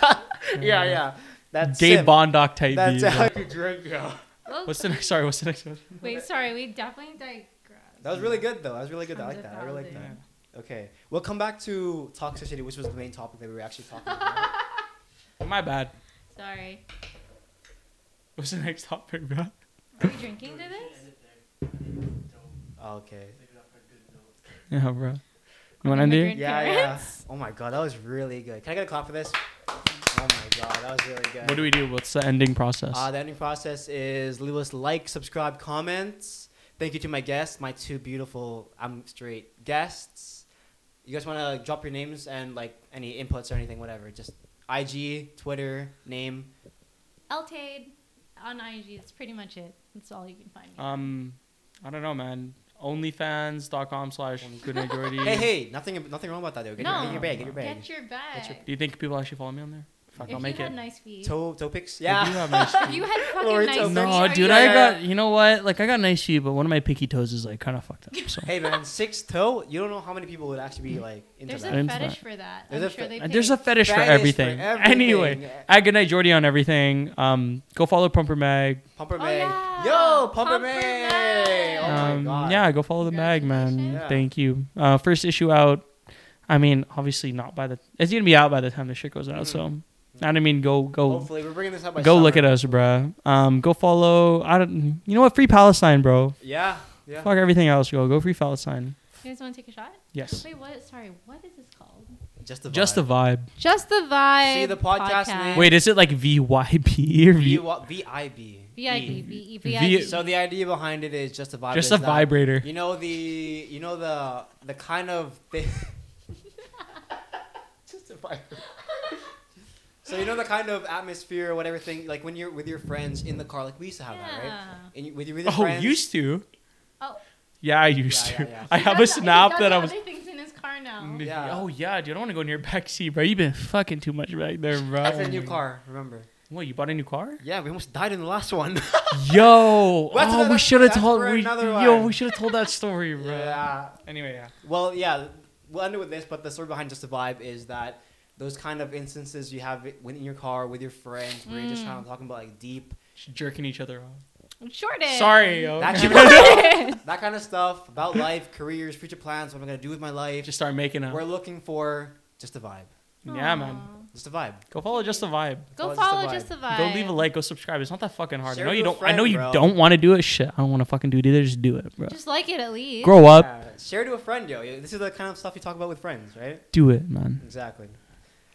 Speaker 3: yeah, yeah. That's
Speaker 4: Dave
Speaker 3: it.
Speaker 4: Bondock type
Speaker 3: That's
Speaker 4: beat.
Speaker 3: [LAUGHS] how you drink. Yo.
Speaker 5: Well,
Speaker 4: What's the next? Sorry, what's the next one?
Speaker 5: wait, sorry, we definitely digressed.
Speaker 3: That was really good though. That was really good. I
Speaker 5: I'm
Speaker 3: like that. I really like that.
Speaker 5: devoured.
Speaker 3: Okay, we'll come back to toxicity, which was the main topic that we were actually talking about.
Speaker 5: [LAUGHS]
Speaker 4: My bad.
Speaker 5: Sorry.
Speaker 4: What's the next topic, bro?
Speaker 5: Are we drinking to this?
Speaker 3: Oh, okay.
Speaker 4: Yeah, bro. You want to do? it?
Speaker 5: Immigrant
Speaker 3: Yeah, yeah.
Speaker 5: parents.
Speaker 3: Oh my god, that was really good. Can I get a clap for this? Oh my god, that was really good.
Speaker 4: What do we do? What's the ending process?
Speaker 3: Uh, the ending process is leave us like, subscribe, comments. Thank you to my guests, my two beautiful I'm straight guests. You guys want to drop your names and like any inputs or anything, whatever. Just IG, Twitter, name.
Speaker 5: Eltade on IG. That's pretty much it. That's all you can find me.
Speaker 4: um, I don't know, man. Onlyfans.com slash good majority.
Speaker 3: [LAUGHS] Hey, hey, nothing, nothing wrong about that though. Get, your,
Speaker 5: No.
Speaker 3: get your bag, get your bag.
Speaker 5: Get your bag.
Speaker 3: Get your-
Speaker 4: Do you think people actually follow me on there? Fuck,
Speaker 5: if
Speaker 4: I'll
Speaker 5: you
Speaker 4: make
Speaker 5: had
Speaker 4: it.
Speaker 5: nice feet.
Speaker 3: toe, toe pics.
Speaker 4: I do
Speaker 3: Yeah.
Speaker 4: have
Speaker 5: [LAUGHS]
Speaker 4: nice feet.
Speaker 5: you had fucking
Speaker 3: Lord,
Speaker 5: nice
Speaker 3: so-
Speaker 5: feet.
Speaker 4: No,
Speaker 5: Are
Speaker 4: dude,
Speaker 5: you-
Speaker 4: I
Speaker 3: Yeah.
Speaker 4: got. You know what? Like, I got nice feet, but one of my picky toes is like kind of fucked up. So
Speaker 3: hey man, six toe. You don't know how many people would actually be like into
Speaker 5: There's
Speaker 3: that.
Speaker 4: I'm
Speaker 5: a
Speaker 4: into
Speaker 5: fetish
Speaker 4: that.
Speaker 5: for that.
Speaker 3: There's
Speaker 5: I'm
Speaker 3: a
Speaker 5: sure [LAUGHS] they
Speaker 4: Uh, there's a
Speaker 5: pay.
Speaker 4: fetish for
Speaker 3: Fetish for
Speaker 4: everything.
Speaker 3: everything.
Speaker 4: Anyway, at good night, Jordy, on everything. Um, go follow Pumper Mag.
Speaker 3: Pumper
Speaker 5: Oh,
Speaker 3: May.
Speaker 5: yeah.
Speaker 3: Yo, Pumper,
Speaker 5: Pumper
Speaker 3: May.
Speaker 5: May.
Speaker 3: Oh my
Speaker 4: Um,
Speaker 3: god.
Speaker 4: yeah, go follow the mag, man.
Speaker 5: Congratulations.
Speaker 3: Yeah.
Speaker 4: Thank you. Uh, first issue out. I mean, obviously not by the. It's gonna be out by the time the shit goes out. So, I don't mean go go
Speaker 3: Mm. Hopefully, we're bringing this up. By
Speaker 4: go look at
Speaker 3: summer.
Speaker 4: us, bruh. Um, go follow. I don't. You know what? Free Palestine, bro.
Speaker 3: Yeah. Yeah.
Speaker 4: Fuck everything else, yo. Go free Palestine.
Speaker 5: You guys want to take a shot?
Speaker 4: Yes.
Speaker 5: Wait, what? Sorry, what is this called?
Speaker 3: Just the
Speaker 4: Just the
Speaker 3: vibe.
Speaker 4: vibe.
Speaker 5: Just the vibe.
Speaker 3: See the podcast name.
Speaker 4: Wait, is it like V Y B or
Speaker 3: V-
Speaker 4: V?
Speaker 3: V- VIB.
Speaker 5: VIP. VE,
Speaker 4: V-
Speaker 3: So the idea behind it is just a vibe.
Speaker 4: Just
Speaker 3: is
Speaker 4: a
Speaker 3: that-
Speaker 4: vibrator.
Speaker 3: You know the you know the the kind of thing. [LAUGHS] just a vibrator. So you know the kind of atmosphere or whatever thing like when you're with your friends in the car like we used to have that right
Speaker 5: Yeah.
Speaker 3: and you, with your with your
Speaker 4: Oh,
Speaker 3: friends
Speaker 4: used to.
Speaker 5: Oh.
Speaker 4: Yeah, I used
Speaker 3: Yeah,
Speaker 4: to.
Speaker 3: yeah, yeah.
Speaker 4: I
Speaker 5: He
Speaker 4: have a
Speaker 5: does- he
Speaker 4: snap
Speaker 5: does
Speaker 4: that I
Speaker 5: have
Speaker 4: was.
Speaker 5: other things in his car now.
Speaker 3: Yeah.
Speaker 4: [LAUGHS] Oh yeah, dude. I don't want to go near back seat, bro. You've been fucking too much back there, bro.
Speaker 3: that's a new car remember
Speaker 4: What? You bought a
Speaker 3: [LAUGHS]
Speaker 4: new car?
Speaker 3: yeah we almost died in the last one [LAUGHS]
Speaker 4: Yo.
Speaker 3: That's
Speaker 4: oh,
Speaker 3: another-
Speaker 4: we should have
Speaker 3: that's
Speaker 4: told.
Speaker 3: for
Speaker 4: We,
Speaker 3: another
Speaker 4: yo,
Speaker 3: one.
Speaker 4: we should have told that story,
Speaker 3: [LAUGHS]
Speaker 4: bro.
Speaker 3: yeah
Speaker 4: Anyway, yeah.
Speaker 3: Well, yeah, we'll end it with this, but the story behind Just a Vibe is that those kind of instances you have it when in your car with your friends where you're just kind of talking about like deep
Speaker 4: Just jerking each other off.
Speaker 5: Jordan.
Speaker 4: Sorry,
Speaker 5: [LAUGHS]
Speaker 4: yo. [LAUGHS]
Speaker 3: that kind, of stuff, that kind of stuff [LAUGHS] about life, careers, future plans, what I'm gonna do with my life.
Speaker 4: Just start making up.
Speaker 3: We're looking for just a vibe,
Speaker 4: Yeah, man.
Speaker 5: Aw.
Speaker 3: just a vibe.
Speaker 4: Go follow just the vibe.
Speaker 5: Go
Speaker 3: Follow
Speaker 5: follow
Speaker 3: Just
Speaker 5: just
Speaker 3: the
Speaker 5: the vibe.
Speaker 4: Go leave a like. Go subscribe. It's not that fucking hard.
Speaker 3: Share
Speaker 4: I know
Speaker 3: with
Speaker 4: you
Speaker 3: a
Speaker 4: don't. I
Speaker 3: friend,
Speaker 4: know you
Speaker 3: bro.
Speaker 4: don't want to do it. Shit, I don't want to fucking do it either. Just do it, bro.
Speaker 5: Just like it at least.
Speaker 4: Grow up.
Speaker 3: Yeah, share to a friend, yo. This is the kind of stuff you talk about with friends, right?
Speaker 4: Do it, man.
Speaker 3: Exactly.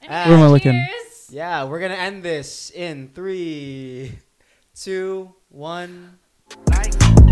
Speaker 5: Anyway,
Speaker 3: Where am
Speaker 4: I looking?
Speaker 5: cheers.
Speaker 3: Yeah, we're gonna end this in three, two, one.
Speaker 1: Like, uh,